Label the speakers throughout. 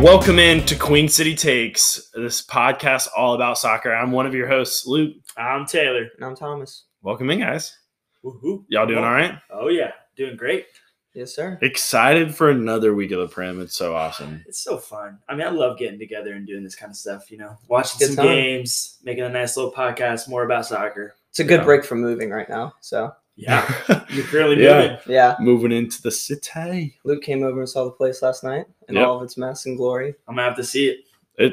Speaker 1: Welcome in to Queen City Takes, this podcast all about soccer. I'm one of your hosts, Luke.
Speaker 2: I'm Taylor. And I'm Thomas.
Speaker 1: Welcome in, guys.
Speaker 2: Woohoo.
Speaker 1: Y'all doing all right?
Speaker 2: Oh, yeah. Doing great. Yes, sir.
Speaker 1: Excited for another week of the Prem. It's so awesome.
Speaker 2: It's so fun. I mean, I love getting together and doing this kind of stuff, you know, watching
Speaker 3: Good
Speaker 2: some
Speaker 3: time.
Speaker 2: games, making a nice little podcast more about soccer.
Speaker 3: It's a good
Speaker 1: Yeah.
Speaker 3: break from moving right now. So
Speaker 2: Yeah. You're currently
Speaker 1: Yeah.
Speaker 2: moving.
Speaker 3: yeah,
Speaker 1: Moving into the city.
Speaker 3: Luke came over and saw the place last night and
Speaker 1: Yep.
Speaker 3: all of its mess and glory.
Speaker 2: I'm going to have to see it.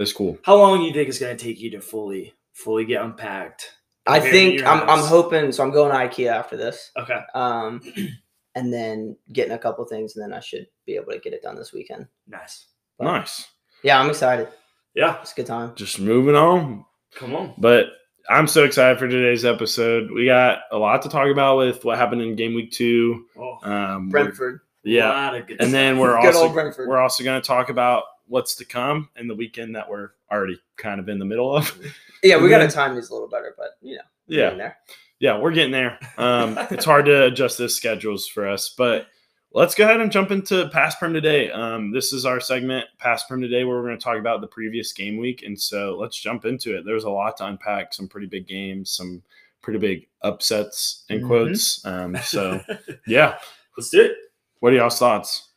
Speaker 1: It's cool.
Speaker 2: How long do you think it's going to take you to fully, fully get unpacked?
Speaker 3: I
Speaker 2: Compared to
Speaker 3: think
Speaker 2: your
Speaker 3: I'm, I'm
Speaker 2: house.
Speaker 3: hoping. So I'm going to IKEA after this,
Speaker 2: Okay.
Speaker 3: um, and then getting a couple things, and then I should be able to get it done this weekend.
Speaker 2: Nice.
Speaker 3: But-
Speaker 1: Nice.
Speaker 3: Yeah, I'm excited.
Speaker 2: Yeah.
Speaker 3: It's a good time.
Speaker 1: Just moving on.
Speaker 2: Come on.
Speaker 1: But I'm so excited for today's episode. We got a lot to talk about with what happened in game week two.
Speaker 2: Oh,
Speaker 1: Um, we're-
Speaker 3: Brentford,
Speaker 1: Yeah.
Speaker 2: lot of good
Speaker 1: And then
Speaker 2: stuff.
Speaker 1: we're
Speaker 3: good
Speaker 1: also
Speaker 3: old Brentford.
Speaker 1: We're also going to talk about what's to come and the weekend that we're already kind of in the middle of.
Speaker 3: yeah, we got
Speaker 1: Mhm.
Speaker 3: to time these a little better, but you know, we're
Speaker 1: Yeah.
Speaker 3: getting there.
Speaker 1: Yeah, we're getting there. Um, it's hard to adjust those schedules for us, but let's go ahead and jump into Pass Perm today. Um, this is our segment, Pass Perm today, where we're going to talk about the previous game week. And so let's jump into it. There's a lot to unpack, some pretty big games, some pretty big upsets, in
Speaker 3: Mhm.
Speaker 1: quotes. Um, so, yeah.
Speaker 2: let's do it.
Speaker 1: What are y'all's thoughts?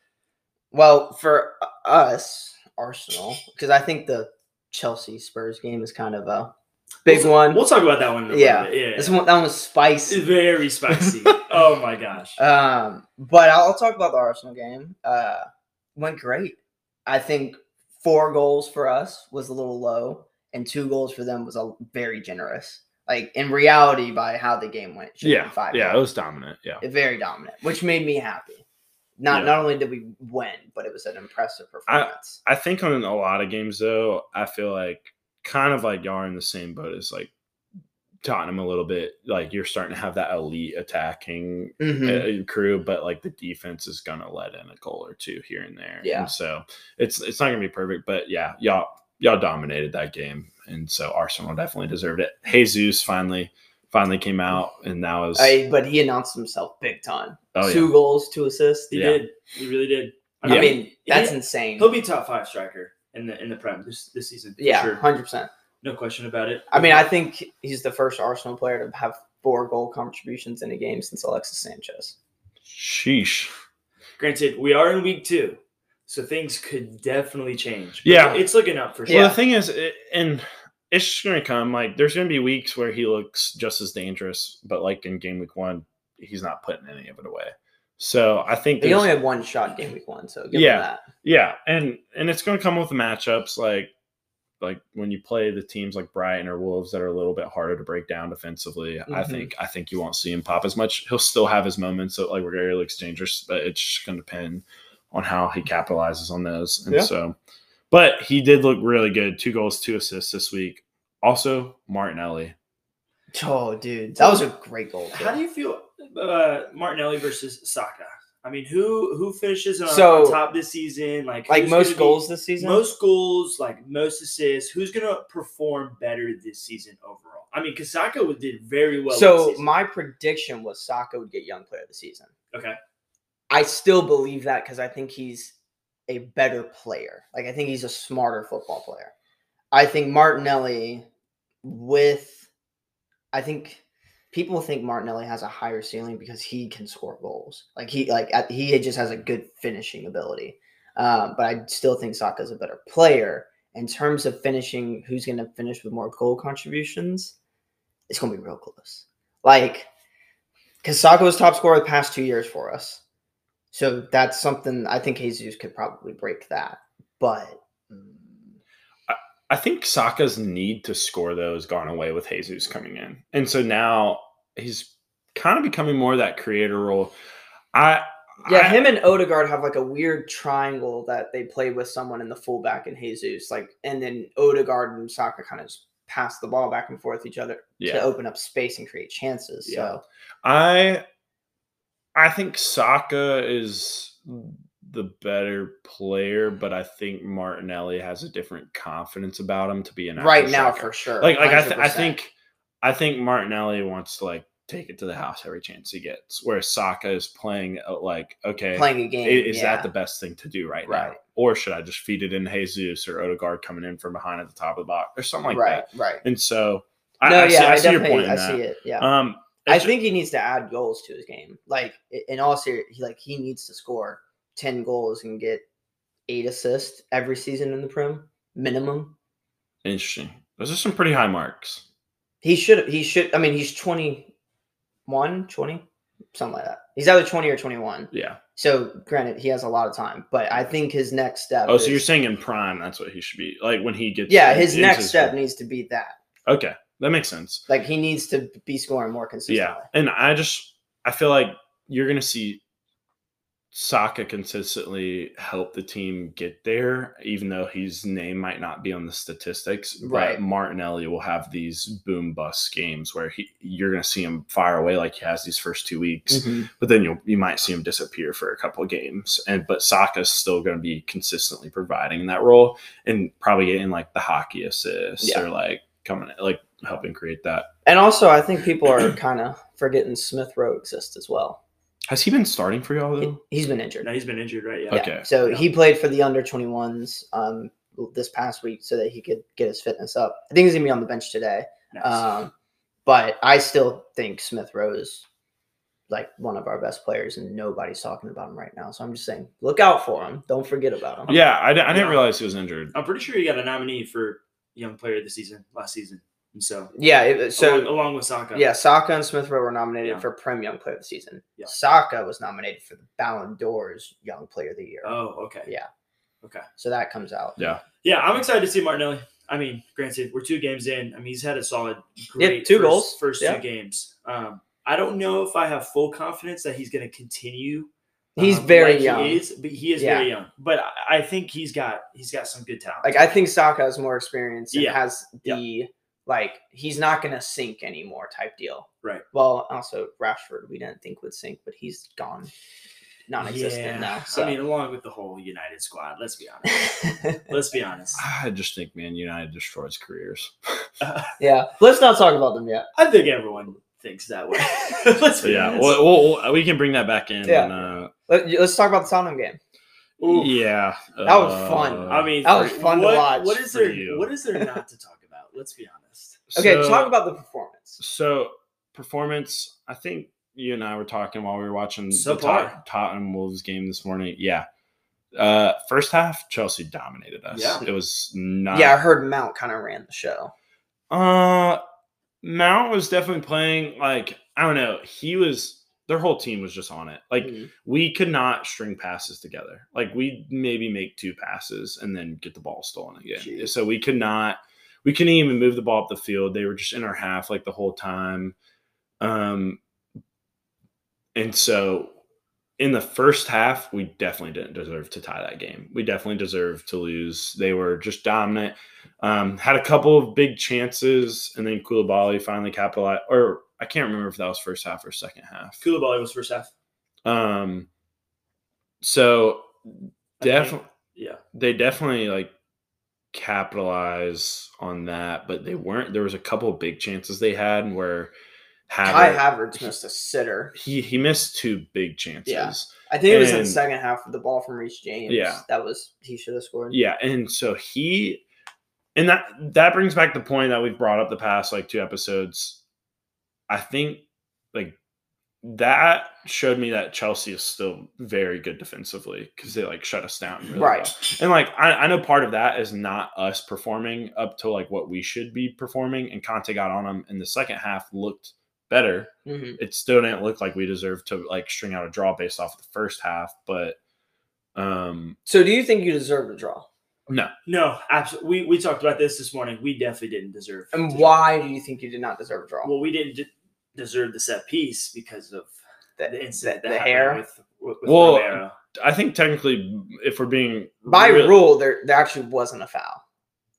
Speaker 3: Well, for us, Arsenal, because I think the Chelsea Spurs game is kind of a big
Speaker 2: We'll-
Speaker 3: one.
Speaker 2: We'll talk about that one. In a little
Speaker 3: Yeah.
Speaker 2: bit. Yeah.
Speaker 3: This one, that one was spicy.
Speaker 2: It's very spicy. oh my gosh.
Speaker 1: Uh,
Speaker 3: Um, but I'll, I'll talk about the Arsenal game. Uh, went great. I think four goals for us was a little low, and two goals for them was a very generous. Like in reality, by how the game went, it should've been
Speaker 1: Yeah.
Speaker 3: five.
Speaker 1: Yeah, it
Speaker 3: goals.
Speaker 1: was dominant. Yeah.
Speaker 3: very dominant, which made me happy. Not
Speaker 1: Yeah.
Speaker 3: not only did we win, but it was an impressive performance.
Speaker 1: I think on a lot of games though, I feel like kind of like y'all are in the same boat as like Tottenham a little bit. Like you're starting to have that elite attacking
Speaker 3: Mhm.
Speaker 1: uh, crew, but like the defense is gonna let in a goal or two here and there.
Speaker 3: Yeah.
Speaker 1: And so it's it's not gonna be perfect, but yeah, y'all y'all dominated that game, and so Arsenal definitely deserved it. Jesus finally finally came out, and that was
Speaker 3: I, but he announced himself big time.
Speaker 1: oh
Speaker 3: two
Speaker 1: yeah.
Speaker 3: goals, two assists.
Speaker 2: He
Speaker 1: Yeah.
Speaker 2: did. He really did.
Speaker 1: Yeah.
Speaker 3: I mean, that's
Speaker 2: he-
Speaker 3: insane.
Speaker 2: he'll be top five striker in the in the prem this this season. for
Speaker 3: Yeah,
Speaker 2: sure.
Speaker 3: hundred percent.
Speaker 2: no question about it.
Speaker 3: I mean, I think he's the first Arsenal player to have four goal contributions in a game since Alexis Sanchez.
Speaker 1: Sheesh.
Speaker 2: granted we are in week two, so things could definitely change. But
Speaker 1: Yeah.
Speaker 2: it's looking up for sure.
Speaker 1: Well,
Speaker 3: Yeah.
Speaker 1: the thing is, it, and it's just going to come. Like, there's going to be weeks where he looks just as dangerous, but like in game week one, he's not putting any of it away. So I think
Speaker 3: He
Speaker 1: there's-
Speaker 3: only had one shot game week one, so give
Speaker 1: Yeah.
Speaker 3: him that.
Speaker 1: yeah, and and it's going to come with the matchups, like like when you play the teams like Brighton or Wolves that are a little bit harder to break down defensively. I
Speaker 3: Mhm.
Speaker 1: think I think you won't see him pop as much. He'll still have his moments that like where he looks dangerous, but it's just going to depend on how he capitalizes on those. And
Speaker 3: Yeah.
Speaker 1: so, but he did look really good. Two goals, two assists this week. Also, Martinelli.
Speaker 3: Oh, dude, that was a great goal. too.
Speaker 2: How do you feel uh, Martinelli versus Saka? I mean, who who finishes on,
Speaker 3: So-
Speaker 2: on top this season? Like
Speaker 3: like
Speaker 2: who's
Speaker 3: most
Speaker 2: gonna be-
Speaker 3: goals this season?
Speaker 2: most goals, like most assists. Who's gonna perform better this season overall? I mean, Kasaka did very well. last
Speaker 3: so
Speaker 2: season.
Speaker 3: my prediction was Saka would get young player of the season.
Speaker 2: okay,
Speaker 3: I still believe that because I think he's a better player. Like I think he's a smarter football player. I think Martinelli with I think people think Martinelli has a higher ceiling because he can score goals. Like he like at, he just has a good finishing ability. Um, but I still think Saka's a better player in terms of finishing. Who's going to finish with more goal contributions? It's going to be real close. Like because Saka was top scorer the past two years for us. So that's something I think Jesus could probably break that. But mm,
Speaker 1: I think Saka's need to score though has gone away with Jesus coming in, and so now he's kind of becoming more of that creator role. I
Speaker 3: yeah,
Speaker 1: I-
Speaker 3: him and Odegaard have like a weird triangle that they play with someone in the fullback and Jesus, like, and then Odegaard and Saka kind of just pass the ball back and forth each other
Speaker 1: yeah.
Speaker 3: to open up space and create chances.
Speaker 1: Yeah.
Speaker 3: So
Speaker 1: I I think Saka is the better player, but I think Martinelli has a different confidence about him to be an
Speaker 3: right
Speaker 1: actual
Speaker 3: now
Speaker 1: striker.
Speaker 3: for sure,
Speaker 1: Like like I, th- I
Speaker 3: 100%.
Speaker 1: think I think Martinelli wants to like take it to the house every chance he gets. Whereas Saka is playing uh, like, okay,
Speaker 3: playing a game.
Speaker 1: i- is
Speaker 3: yeah.
Speaker 1: that the best thing to do right, now?
Speaker 3: Right.
Speaker 1: Or should I just feed it in Jesus or Odegaard coming in from behind at the top of the box or something like
Speaker 3: right,
Speaker 1: that?
Speaker 3: right.
Speaker 1: And so I,
Speaker 3: no,
Speaker 1: I
Speaker 3: yeah,
Speaker 1: see, I
Speaker 3: I
Speaker 1: see your point.
Speaker 3: definitely-
Speaker 1: In
Speaker 3: I
Speaker 1: that.
Speaker 3: see it. Yeah,
Speaker 1: Um,
Speaker 3: I
Speaker 1: it's ju-
Speaker 3: think he needs to add goals to his game. Like i- in all seriousness, like he needs to score ten goals and get eight assists every season in the Prem minimum.
Speaker 1: interesting. Those are some pretty high marks.
Speaker 3: He should. He should. I mean, he's 21, 20, something like that. He's either twenty or twenty-one.
Speaker 1: Yeah.
Speaker 3: So, granted, he has a lot of time, but I think his next step.
Speaker 1: Oh, so
Speaker 3: is-
Speaker 1: you're saying in prime, that's what he should be like when he gets.
Speaker 3: yeah, his
Speaker 1: into
Speaker 3: next step
Speaker 1: prime.
Speaker 3: needs to be that.
Speaker 1: Okay, that makes sense.
Speaker 3: Like he needs to be scoring more consistently.
Speaker 1: Yeah, and I just I feel like you're gonna see Saka consistently help the team get there, even though his name might not be on the statistics. But
Speaker 3: Right.
Speaker 1: Martinelli will have these boom bust games where he you're gonna see him fire away like he has these first two weeks,
Speaker 3: Mm-hmm.
Speaker 1: but then you will you might see him disappear for a couple of games. And but Saka's still gonna be consistently providing that role and probably getting like the hockey assists
Speaker 3: Yeah.
Speaker 1: or like coming like helping create that.
Speaker 3: And also, I think people are kind of forgetting Smith Rowe exists as well.
Speaker 1: Has he been starting for y'all though?
Speaker 3: He, he's been injured.
Speaker 2: No, he's been injured, right? Yeah.
Speaker 1: Okay.
Speaker 3: So
Speaker 2: Yeah.
Speaker 3: he played for the under 21s um, this past week so that he could get his fitness up. I think he's going to be on the bench today.
Speaker 2: Nice.
Speaker 3: Um, but I still think Smith Rowe is like one of our best players, and nobody's talking about him right now. So I'm just saying, look out for him. Don't forget about him.
Speaker 1: Yeah, I, di- I didn't
Speaker 2: Yeah.
Speaker 1: realize he was
Speaker 3: Oh,
Speaker 1: injured.
Speaker 2: I'm pretty sure he got a nominee for Young Player of the Season last season, and so
Speaker 3: Yeah. it-
Speaker 2: so along,
Speaker 3: so,
Speaker 2: along with Saka,
Speaker 3: yeah, Saka and Smith Rowe were nominated
Speaker 2: Yeah.
Speaker 3: for Prem Young Player of the Season.
Speaker 2: Yeah.
Speaker 3: Saka was nominated for the Ballon d'Or's Young Player of the Year.
Speaker 2: Oh, okay.
Speaker 3: Yeah.
Speaker 2: Okay.
Speaker 3: So that comes out.
Speaker 2: Yeah, I'm excited to see Martinelli. I mean, granted, we're two games in. I mean, he's had a solid,
Speaker 3: Yeah,
Speaker 2: great
Speaker 3: two
Speaker 2: first,
Speaker 3: goals.
Speaker 2: first
Speaker 3: Yeah.
Speaker 2: two games. Um, I don't know if I have full confidence that he's going to continue.
Speaker 3: He's
Speaker 2: um,
Speaker 3: very
Speaker 2: like
Speaker 3: young.
Speaker 2: He is, but he is
Speaker 3: Yeah.
Speaker 2: very young. But I- I think he's got he's got some good talent.
Speaker 3: Like I think Saka has more experience and
Speaker 2: Yeah.
Speaker 3: has the
Speaker 2: Yeah.
Speaker 3: like he's not gonna sink anymore type deal.
Speaker 2: Right.
Speaker 3: Well, also Rashford we didn't think would sink, but he's gone non-existent now. So
Speaker 2: I mean, along with the whole United squad. Let's be honest. Let's be honest.
Speaker 1: I just think, man, United destroys careers.
Speaker 3: yeah. Let's not talk about them yet.
Speaker 2: I think everyone thinks that way. let's
Speaker 1: So
Speaker 2: be
Speaker 1: yeah,
Speaker 2: honest.
Speaker 1: well, well, well, we can bring that back in.
Speaker 3: Yeah.
Speaker 1: And, uh,
Speaker 3: Let, us talk about the Tottenham game.
Speaker 2: Ooh.
Speaker 1: yeah, uh,
Speaker 3: That was fun.
Speaker 2: I mean,
Speaker 3: That was fun to
Speaker 2: what-
Speaker 3: watch
Speaker 2: What is
Speaker 1: for
Speaker 2: there?
Speaker 1: you.
Speaker 2: What is there not to talk about? Let's be honest.
Speaker 3: Okay,
Speaker 1: so-
Speaker 3: talk about the performance.
Speaker 1: so performance. I think you and I were talking while we were watching the
Speaker 2: Subpar.
Speaker 1: Tot- Tottenham Wolves game this morning. Yeah, uh, first half Chelsea dominated us.
Speaker 2: Yeah.
Speaker 1: it was not.
Speaker 3: yeah, I heard Mount kind of ran the show.
Speaker 1: Uh, Mount was definitely playing like I don't know. He was their whole team was just on it. Like
Speaker 3: Mm.
Speaker 1: we could not string passes together. Like we maybe make two passes and then get the ball stolen again.
Speaker 2: Jeez.
Speaker 1: So we could not. We couldn't even move the ball up the field. They were just in our half like the whole time. Um, and so in the first half, we definitely didn't deserve to tie that game. We definitely deserved to lose. They were just dominant. Um, had a couple of big chances, and then Koulibaly finally capitalized. Or I can't remember if that was first half or second half.
Speaker 2: Koulibaly was first half.
Speaker 1: Um, so
Speaker 2: I think-
Speaker 1: definitely,
Speaker 2: Yeah.
Speaker 1: they definitely like capitalize on that, but they weren't. There was a couple of big chances they had where
Speaker 3: Kai
Speaker 1: Havertz,
Speaker 3: Havertz missed a sitter.
Speaker 1: he he missed two big chances.
Speaker 3: I think it was in the
Speaker 1: And-
Speaker 3: second half with the ball from Reece James.
Speaker 1: Yeah.
Speaker 3: That was he should have scored.
Speaker 1: Yeah, and so he and that that brings back the point that we've brought up the past like two episodes. I think like that showed me that Chelsea is still very good defensively because they like shut us down. really well.
Speaker 3: Right.
Speaker 1: And like I, I know part of that is not us performing up to like what we should be performing. And Conte got on him in the second half looked better.
Speaker 3: Mhm.
Speaker 1: It still didn't look like we deserved to like string out a draw based off the first half, but um
Speaker 3: So do you think you deserve the draw?
Speaker 2: No, absolutely. We we talked about this this morning. We definitely didn't deserve. to
Speaker 3: And
Speaker 2: draw.
Speaker 3: why do you think you did not deserve a draw?
Speaker 2: Well, we didn't de- deserve the set piece because of
Speaker 3: The-
Speaker 2: the incident
Speaker 3: the-
Speaker 2: that
Speaker 3: the
Speaker 2: happened
Speaker 3: hair?
Speaker 2: with, with, with
Speaker 1: Well,
Speaker 2: Romero.
Speaker 1: I think technically, if we're being
Speaker 3: By
Speaker 1: real-
Speaker 3: rule, there there actually wasn't a foul,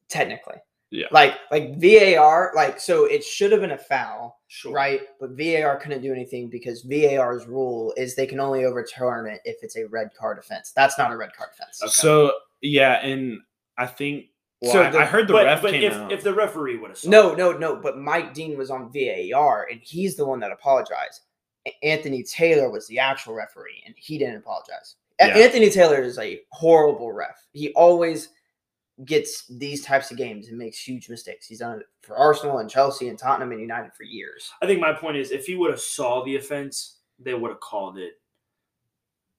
Speaker 3: technically.
Speaker 1: Yeah.
Speaker 3: Like like VAR, like so it should have been a foul,
Speaker 2: Sure.
Speaker 3: right? But VAR couldn't do anything because VAR's rule is they can only overturn it if it's a red card offense. That's not a red card offense.
Speaker 2: Okay.
Speaker 1: so yeah, and I think Well,
Speaker 3: So
Speaker 1: I,
Speaker 3: the-
Speaker 1: I heard the
Speaker 2: but
Speaker 1: ref
Speaker 2: but
Speaker 1: came
Speaker 2: if,
Speaker 1: out.
Speaker 2: if the referee would have
Speaker 3: No, no, no. But Mike Dean was on VAR, and he's the one that apologized. A- Anthony Taylor was the actual referee, and he didn't apologize. A-
Speaker 1: Yeah.
Speaker 3: Anthony Taylor is a horrible ref. He always gets these types of games and makes huge mistakes. He's done it for Arsenal and Chelsea and Tottenham and United for years.
Speaker 2: I think my point is, if he would have saw the offense, they would have called it.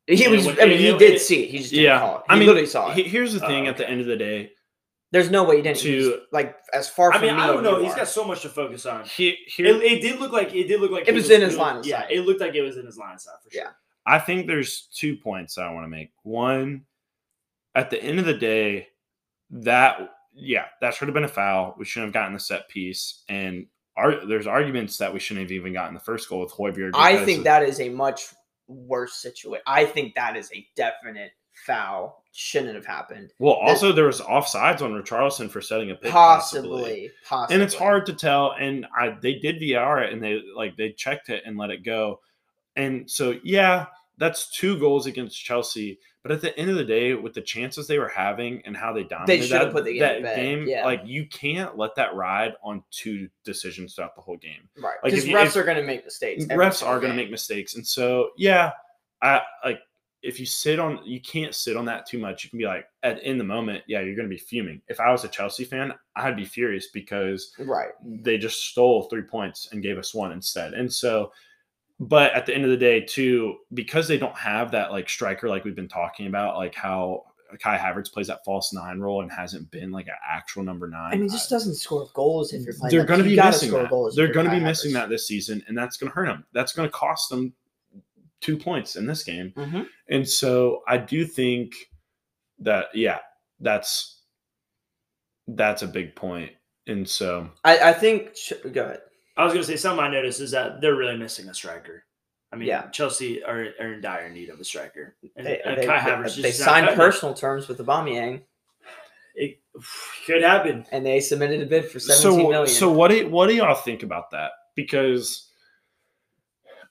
Speaker 3: He
Speaker 2: It
Speaker 3: was.
Speaker 2: would-
Speaker 3: I mean,
Speaker 2: it-
Speaker 3: he
Speaker 2: it-
Speaker 3: did
Speaker 2: it-
Speaker 3: see it. He just didn't
Speaker 1: yeah,
Speaker 3: call it. He
Speaker 1: I mean,
Speaker 3: literally saw it.
Speaker 1: he- Here's the
Speaker 2: Oh,
Speaker 1: thing: at the
Speaker 2: okay.
Speaker 1: end of the day,
Speaker 3: There's no way he didn't. He's,
Speaker 1: to-
Speaker 3: like as far
Speaker 2: I
Speaker 3: from
Speaker 2: mean,
Speaker 3: me.
Speaker 2: I don't
Speaker 3: as
Speaker 2: know.
Speaker 3: you
Speaker 2: He's
Speaker 3: are.
Speaker 2: got so much to focus on.
Speaker 1: he, here,
Speaker 2: It, it did look like it did look like
Speaker 3: It was in his
Speaker 2: it
Speaker 3: line of
Speaker 2: Yeah,
Speaker 3: sight.
Speaker 2: it looked like it was in his line of sight for sure.
Speaker 3: Yeah.
Speaker 1: I think there's two points I want to make. One, at the end of the day, that yeah, that should have been a foul. We shouldn't have gotten the set piece, and ar- there's arguments that we shouldn't have even gotten the first goal with Hoybier.
Speaker 3: I
Speaker 1: because
Speaker 3: think
Speaker 1: of-
Speaker 3: that is a much worse situation. I think that is a definite foul. Shouldn't have happened.
Speaker 1: Well, also there was offsides on Richarlison for setting a pick,
Speaker 3: Possibly,
Speaker 1: possibly.
Speaker 3: possibly.
Speaker 1: and it's hard to tell. And I they did VR it and they like they checked it and let it go. And so yeah, that's two goals against Chelsea. But at the end of the day, with the chances they were having and how they dominated
Speaker 3: should have
Speaker 1: that,
Speaker 3: put the game
Speaker 1: that
Speaker 3: to bed,
Speaker 1: game,
Speaker 3: yeah.
Speaker 1: like you can't let that ride on two decisions throughout the whole game.
Speaker 3: Right.
Speaker 1: Like,
Speaker 3: Because
Speaker 1: if you-
Speaker 3: refs
Speaker 1: if-
Speaker 3: are going to make mistakes. every
Speaker 1: Refs
Speaker 3: single
Speaker 1: are going to
Speaker 3: game.
Speaker 1: make mistakes, and so yeah, I like if you sit on you can't sit on that too much. You can be like at in the moment, yeah, you're going to be fuming. If I was a Chelsea fan, I'd be furious because
Speaker 3: Right.
Speaker 1: they just stole three points and gave us one instead. And so, but at the end of the day, too, because they don't have that like striker like we've been talking about, like how Kai Havertz plays that false nine role and hasn't been like an actual number nine. uh,
Speaker 3: I mean, just doesn't score goals if you're playing.
Speaker 1: they're
Speaker 3: like-
Speaker 1: going to
Speaker 3: you
Speaker 1: be
Speaker 3: gotta
Speaker 1: missing
Speaker 3: score
Speaker 1: that.
Speaker 3: goals if
Speaker 1: They're
Speaker 3: you're
Speaker 1: going to be
Speaker 3: Kai
Speaker 1: missing
Speaker 3: Havertz.
Speaker 1: that this season, and that's going to hurt them. That's going to cost them two points in this game.
Speaker 3: Mhm.
Speaker 1: And so I do think that yeah, that's that's a big point. And so
Speaker 3: I, I think. Ch- Go ahead.
Speaker 2: I was gonna say something I noticed is that they're really missing a striker. I mean,
Speaker 3: Yeah.
Speaker 2: Chelsea are, are in dire need of a striker, and,
Speaker 3: They,
Speaker 2: and
Speaker 3: they-
Speaker 2: Kai
Speaker 3: they-
Speaker 2: Havertz just
Speaker 3: they
Speaker 2: is not
Speaker 3: signed
Speaker 2: cutting it.
Speaker 3: personal terms with the Aubameyang,
Speaker 2: It could happen.
Speaker 3: and they submitted a bid for
Speaker 1: so,
Speaker 3: seventeen million.
Speaker 1: So what do you- what do y'all think about that? Because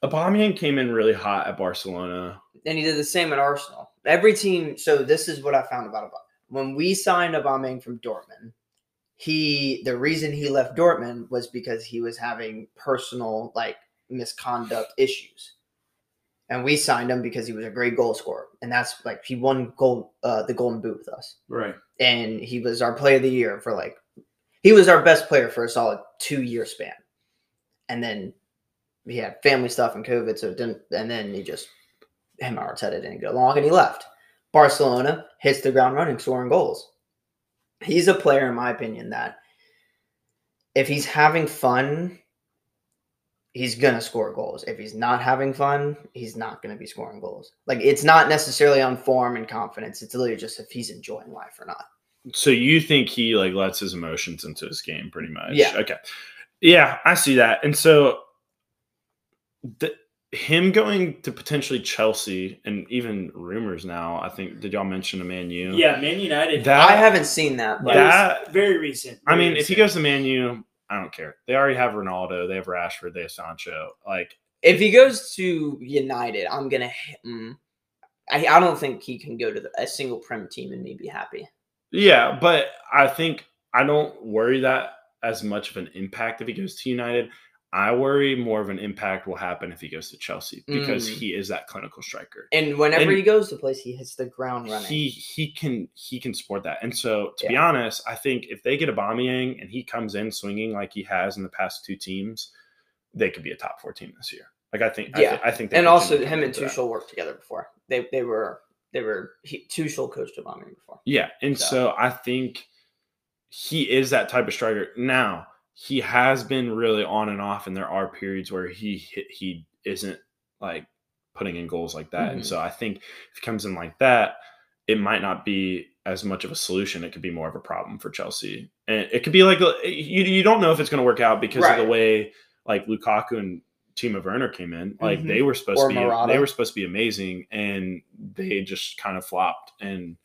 Speaker 1: Aubameyang came in really hot at Barcelona.
Speaker 3: and he did the same at Arsenal. Every team. So this is what I found about Aubameyang. When we signed Aubameyang from Dortmund, he the reason he left Dortmund was because he was having personal like misconduct issues, and we signed him because he was a great goal scorer, and that's like he won gold uh, the Golden Boot with us,
Speaker 2: Right.
Speaker 3: and he was our Player of the Year for like he was our best player for a solid two year span, and then he had family stuff and COVID, so it didn't. And then he just him and Arteta didn't get along, and he left. Barcelona hits the ground running, scoring goals. He's a player, in my opinion, that if he's having fun, he's gonna score goals. If he's not having fun, he's not gonna be scoring goals. Like it's not necessarily on form and confidence. It's literally just if he's enjoying life or not.
Speaker 1: So you think he like lets his emotions into his game pretty much?
Speaker 3: Yeah.
Speaker 1: Okay. Yeah, I see that. And so the, him going to potentially Chelsea and even rumors now, I think did y'all mention a Man U?
Speaker 2: Yeah, Man United.
Speaker 1: That
Speaker 3: I haven't seen that.
Speaker 2: It
Speaker 3: But
Speaker 2: was
Speaker 1: that-
Speaker 2: very recent.
Speaker 1: I
Speaker 2: very
Speaker 1: mean, if he
Speaker 2: recent.
Speaker 1: goes to Man U, I don't care. They already have Ronaldo, they have Rashford, they have Sancho. Like
Speaker 3: if he goes to United, I'm gonna. h- Mm, I, I don't think he can go to the, a single prem team and me be happy.
Speaker 1: Yeah, but I think I don't worry that as much of an impact if he goes to United. I worry more of an impact will happen if he goes to Chelsea because
Speaker 3: Mm.
Speaker 1: he is that clinical striker.
Speaker 3: And whenever
Speaker 1: And-
Speaker 3: he goes to place, he hits the ground running.
Speaker 1: He he can he can support that. And so to be honest, I think if they get a Aubameyang and he comes in swinging like he has in the past two teams, they could be a top four team this year. Like I think I,
Speaker 3: Yeah.
Speaker 1: thi- I think they
Speaker 3: and
Speaker 1: could
Speaker 3: also,
Speaker 1: genuinely
Speaker 3: him and
Speaker 1: come into that.
Speaker 3: Tuchel worked together before. They they were they were he, Tuchel coached Aubameyang before.
Speaker 1: Yeah, and
Speaker 3: So-
Speaker 1: so. I think he is that type of striker. Now he has been really on and off, and there are periods where he hit, he isn't like putting in goals like that. And
Speaker 3: Mhm.
Speaker 1: so I think if he comes in like that, it might not be as much of a solution. It could be more of a problem for Chelsea, and it could be like a- you you don't know if it's going to work out because of
Speaker 3: Right.
Speaker 1: the way like Lukaku and Timo Werner came in. Like
Speaker 3: Mhm.
Speaker 1: they were supposed to
Speaker 3: Or
Speaker 1: be they
Speaker 3: Morata.
Speaker 1: were supposed to be amazing, and they just kind of flopped and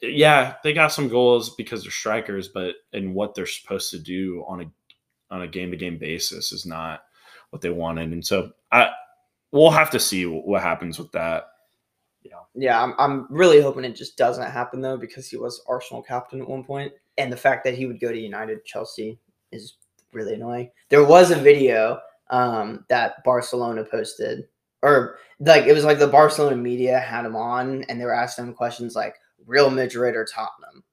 Speaker 1: yeah, they got some goals because they're strikers, but and what they're supposed to do on a on a game to game basis is not what they wanted. And so I we'll have to see wh- what happens with that.
Speaker 3: Yeah, I'm I'm really hoping it just doesn't happen though because he was Arsenal captain at one point. and the fact that he would go to United Chelsea is really annoying. There was a video um, that Barcelona posted, or like it was like the Barcelona media had him on, and they were asking him questions like Real Madrid or Tottenham,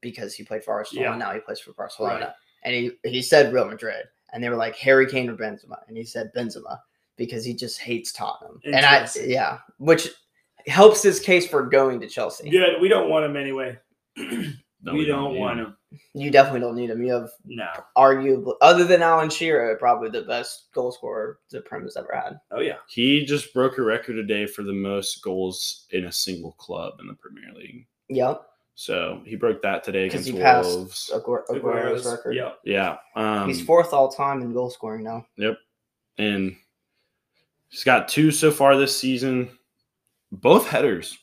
Speaker 3: because he played for Arsenal
Speaker 2: Yeah.
Speaker 3: and now he plays for Barcelona, and he he said Real Madrid, and they were like Harry Kane or Benzema, and he said Benzema because he just hates Tottenham, and I
Speaker 2: Interesting.
Speaker 3: yeah, which helps his case for going to Chelsea.
Speaker 2: Good. We don't want him anyway. we,
Speaker 1: No,
Speaker 2: don't
Speaker 1: need
Speaker 2: want
Speaker 1: him.
Speaker 2: him.
Speaker 3: You definitely don't need him. You have
Speaker 2: No.
Speaker 3: arguably, other than Alan Shearer, probably the best goal scorer the Prem has ever had.
Speaker 2: Oh yeah.
Speaker 1: He just broke a record today for the most goals in a single club in the Premier League.
Speaker 3: Yep,
Speaker 1: So he broke that today
Speaker 3: 'Cause
Speaker 1: against
Speaker 3: he passed
Speaker 1: Wolves.
Speaker 3: Aguero, Aguero's record.
Speaker 2: Yep.
Speaker 1: Yeah. Um,
Speaker 3: He's fourth all time in goal scoring now.
Speaker 1: and he's got two so far this season, both headers,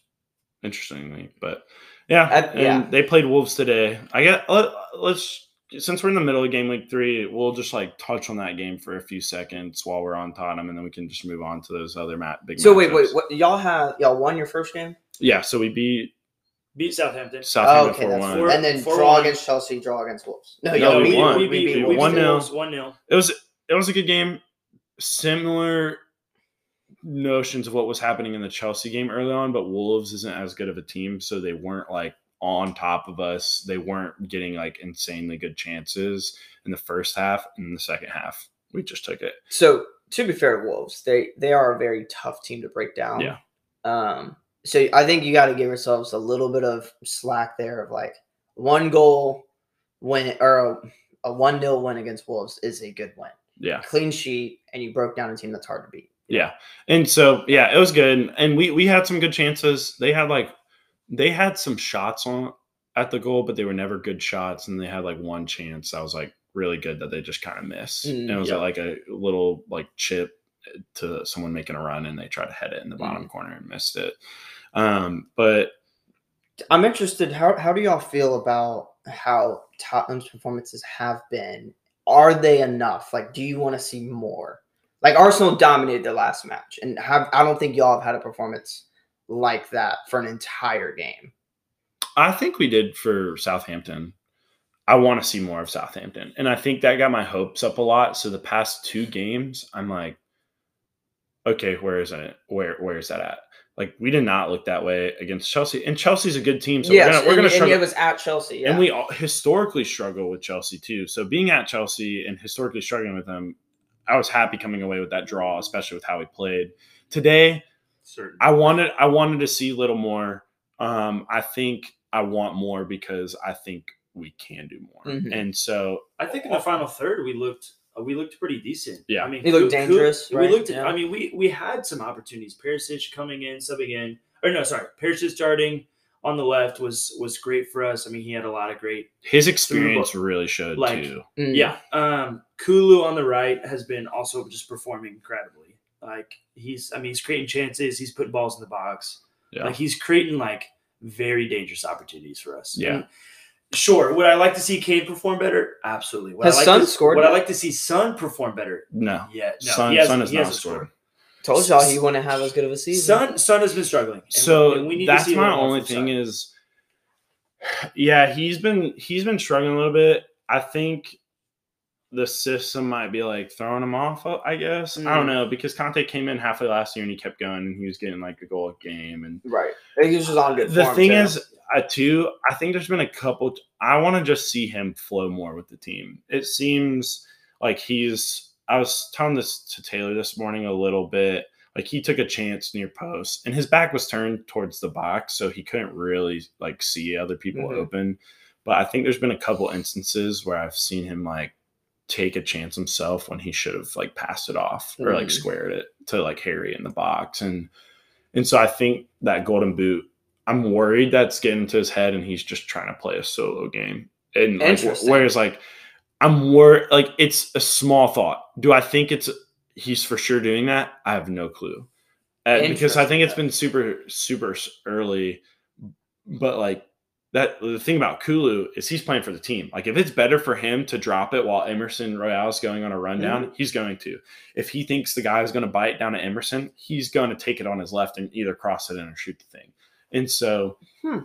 Speaker 1: interestingly. But yeah,
Speaker 3: That-
Speaker 1: and
Speaker 3: yeah.
Speaker 1: they played Wolves today. I get let, let's since we're in the middle of game week three, we'll just like touch on that game for a few seconds while we're on Tottenham, and then we can just move on to those other mat big.
Speaker 3: So wait, wait,
Speaker 1: matchups.
Speaker 3: what, y'all have y'all won your first game?
Speaker 1: Yeah, so we beat
Speaker 2: Beat Southampton.
Speaker 1: Southampton
Speaker 3: Oh, okay, that's
Speaker 1: four
Speaker 2: four-
Speaker 1: one.
Speaker 3: and then
Speaker 2: four
Speaker 3: draw
Speaker 2: one.
Speaker 3: against Chelsea, draw against Wolves. No,
Speaker 1: No,
Speaker 3: y'all
Speaker 1: we
Speaker 3: beat,
Speaker 1: won.
Speaker 3: We
Speaker 1: We
Speaker 3: beat,
Speaker 1: beat- we
Speaker 3: Wolves.
Speaker 1: won. nil.
Speaker 2: One 0
Speaker 1: It was it was a good game. Similar notions of what was happening in the Chelsea game early on, but Wolves isn't as good of a team, so they weren't like on top of us. They weren't getting like insanely good chances in the first half and in the second half. We just took it.
Speaker 3: So to be fair, to Wolves they they are a very tough team to break down.
Speaker 1: Yeah.
Speaker 3: Um. So I think you got to give yourselves a little bit of slack there of like one goal win or a, a one 0 win against Wolves is a good win.
Speaker 1: Yeah.
Speaker 3: Clean sheet, and you broke down a team that's hard to beat.
Speaker 1: Yeah. And so yeah, it was good. And we we had some good chances. They had like they had some shots on at the goal, but they were never good shots. And they had like one chance that was like really good that they just kind of missed.
Speaker 3: Mm,
Speaker 1: and it was
Speaker 2: yeah.
Speaker 1: like a little like chip to someone making a run and they tried to head it in the bottom corner and missed it. Um, but
Speaker 3: I'm interested. How how do y'all feel about how Tottenham's performances have been? Are they enough? Like, do you want to see more? Like Arsenal dominated their last match, and have I don't think y'all have had a performance like that for an entire game.
Speaker 1: I think we did for Southampton. I want to see more of Southampton. And I think that got my hopes up a lot. So the past two games, I'm like, okay, where is it? Where where is that at? Like we did not look that way against Chelsea. And Chelsea's a good team. So we're gonna we're gonna
Speaker 3: and, and
Speaker 1: struggle.
Speaker 3: it was at Chelsea, yeah.
Speaker 1: And we all historically struggle with Chelsea too. So being at Chelsea and historically struggling with them, I was happy coming away with that draw, especially with how we played. Today,
Speaker 2: Certain.
Speaker 1: I wanted I wanted to see a little more. Um, I think I want more because I think we can do more.
Speaker 2: Mm-hmm.
Speaker 3: Mhm.
Speaker 1: And so
Speaker 2: I think in the final third we looked uh, we looked pretty decent.
Speaker 1: Yeah.
Speaker 2: I mean
Speaker 3: We looked
Speaker 2: Ku- Ku-
Speaker 3: dangerous, right?
Speaker 2: We looked.
Speaker 3: Yeah.
Speaker 2: I mean we we had some opportunities. Perisic coming in, subbing in, or no, sorry, Perisic starting on the left was was great for us. I mean he had a lot of great.
Speaker 1: his experience really showed
Speaker 2: Like-
Speaker 1: too.
Speaker 3: Mm.
Speaker 2: Yeah. Um, Kulu on the right has been also just performing incredibly. Like he's, I mean he's creating chances. He's putting balls in the box.
Speaker 1: Yeah.
Speaker 2: Like he's creating like very dangerous opportunities for us.
Speaker 1: Yeah.
Speaker 2: And sure. Would I like to see Kane perform better? Absolutely. Would
Speaker 3: Has
Speaker 2: I like
Speaker 3: Son
Speaker 2: to,
Speaker 3: scored
Speaker 2: Would I
Speaker 3: yet?
Speaker 2: like to see Son perform better?
Speaker 1: no.
Speaker 2: Yeah, no,
Speaker 1: Son,
Speaker 2: he has,
Speaker 1: Son has
Speaker 2: he
Speaker 1: not
Speaker 2: hasn't
Speaker 1: scored.
Speaker 3: Told y'all he wouldn't have as good of a season.
Speaker 2: Son, Son has been struggling. and-
Speaker 1: So
Speaker 2: and to
Speaker 1: that's
Speaker 2: see
Speaker 1: my
Speaker 2: what more
Speaker 1: only
Speaker 2: from
Speaker 1: thing
Speaker 2: Son.
Speaker 1: is yeah, he's been he's been struggling a little bit. I think the system might be like throwing him off, uh, I guess. I don't
Speaker 2: Mm.
Speaker 3: Mhm.
Speaker 1: know, because Conte came in halfway last year and he kept going and he was getting like a goal a game and
Speaker 3: right. He was just on good.
Speaker 1: the
Speaker 3: form,
Speaker 1: thing
Speaker 3: too.
Speaker 1: is I too I think there's been a couple I want to just see him flow more with the team. It seems like he's I was telling this to Taylor this morning a little bit like he took a chance near post and his back was turned towards the box so he couldn't really like see other people
Speaker 3: Mhm.
Speaker 1: open but I think there's been a couple instances where I've seen him like take a chance himself when he should have like passed it off or like
Speaker 3: Mhm.
Speaker 1: squared it to like Harry in the box and and so I think that golden boot I'm worried that's getting to his head and he's just trying to play a solo game and like, wh-
Speaker 3: Interesting.
Speaker 1: whereas like I'm worried like it's a small thought do I think it's he's for sure doing that I have no clue Uh, because I
Speaker 3: Interesting,
Speaker 1: think it's
Speaker 3: though.
Speaker 1: been super super early but like that the thing about Kulu is he's playing for the team. Like if it's better for him to drop it while Emerson Royale's going on a rundown,
Speaker 3: Mm-hmm.
Speaker 1: he's going to. If he thinks the guy is going to bite down to Emerson, he's going to take it on his left and either cross it in or shoot the thing. And so
Speaker 3: How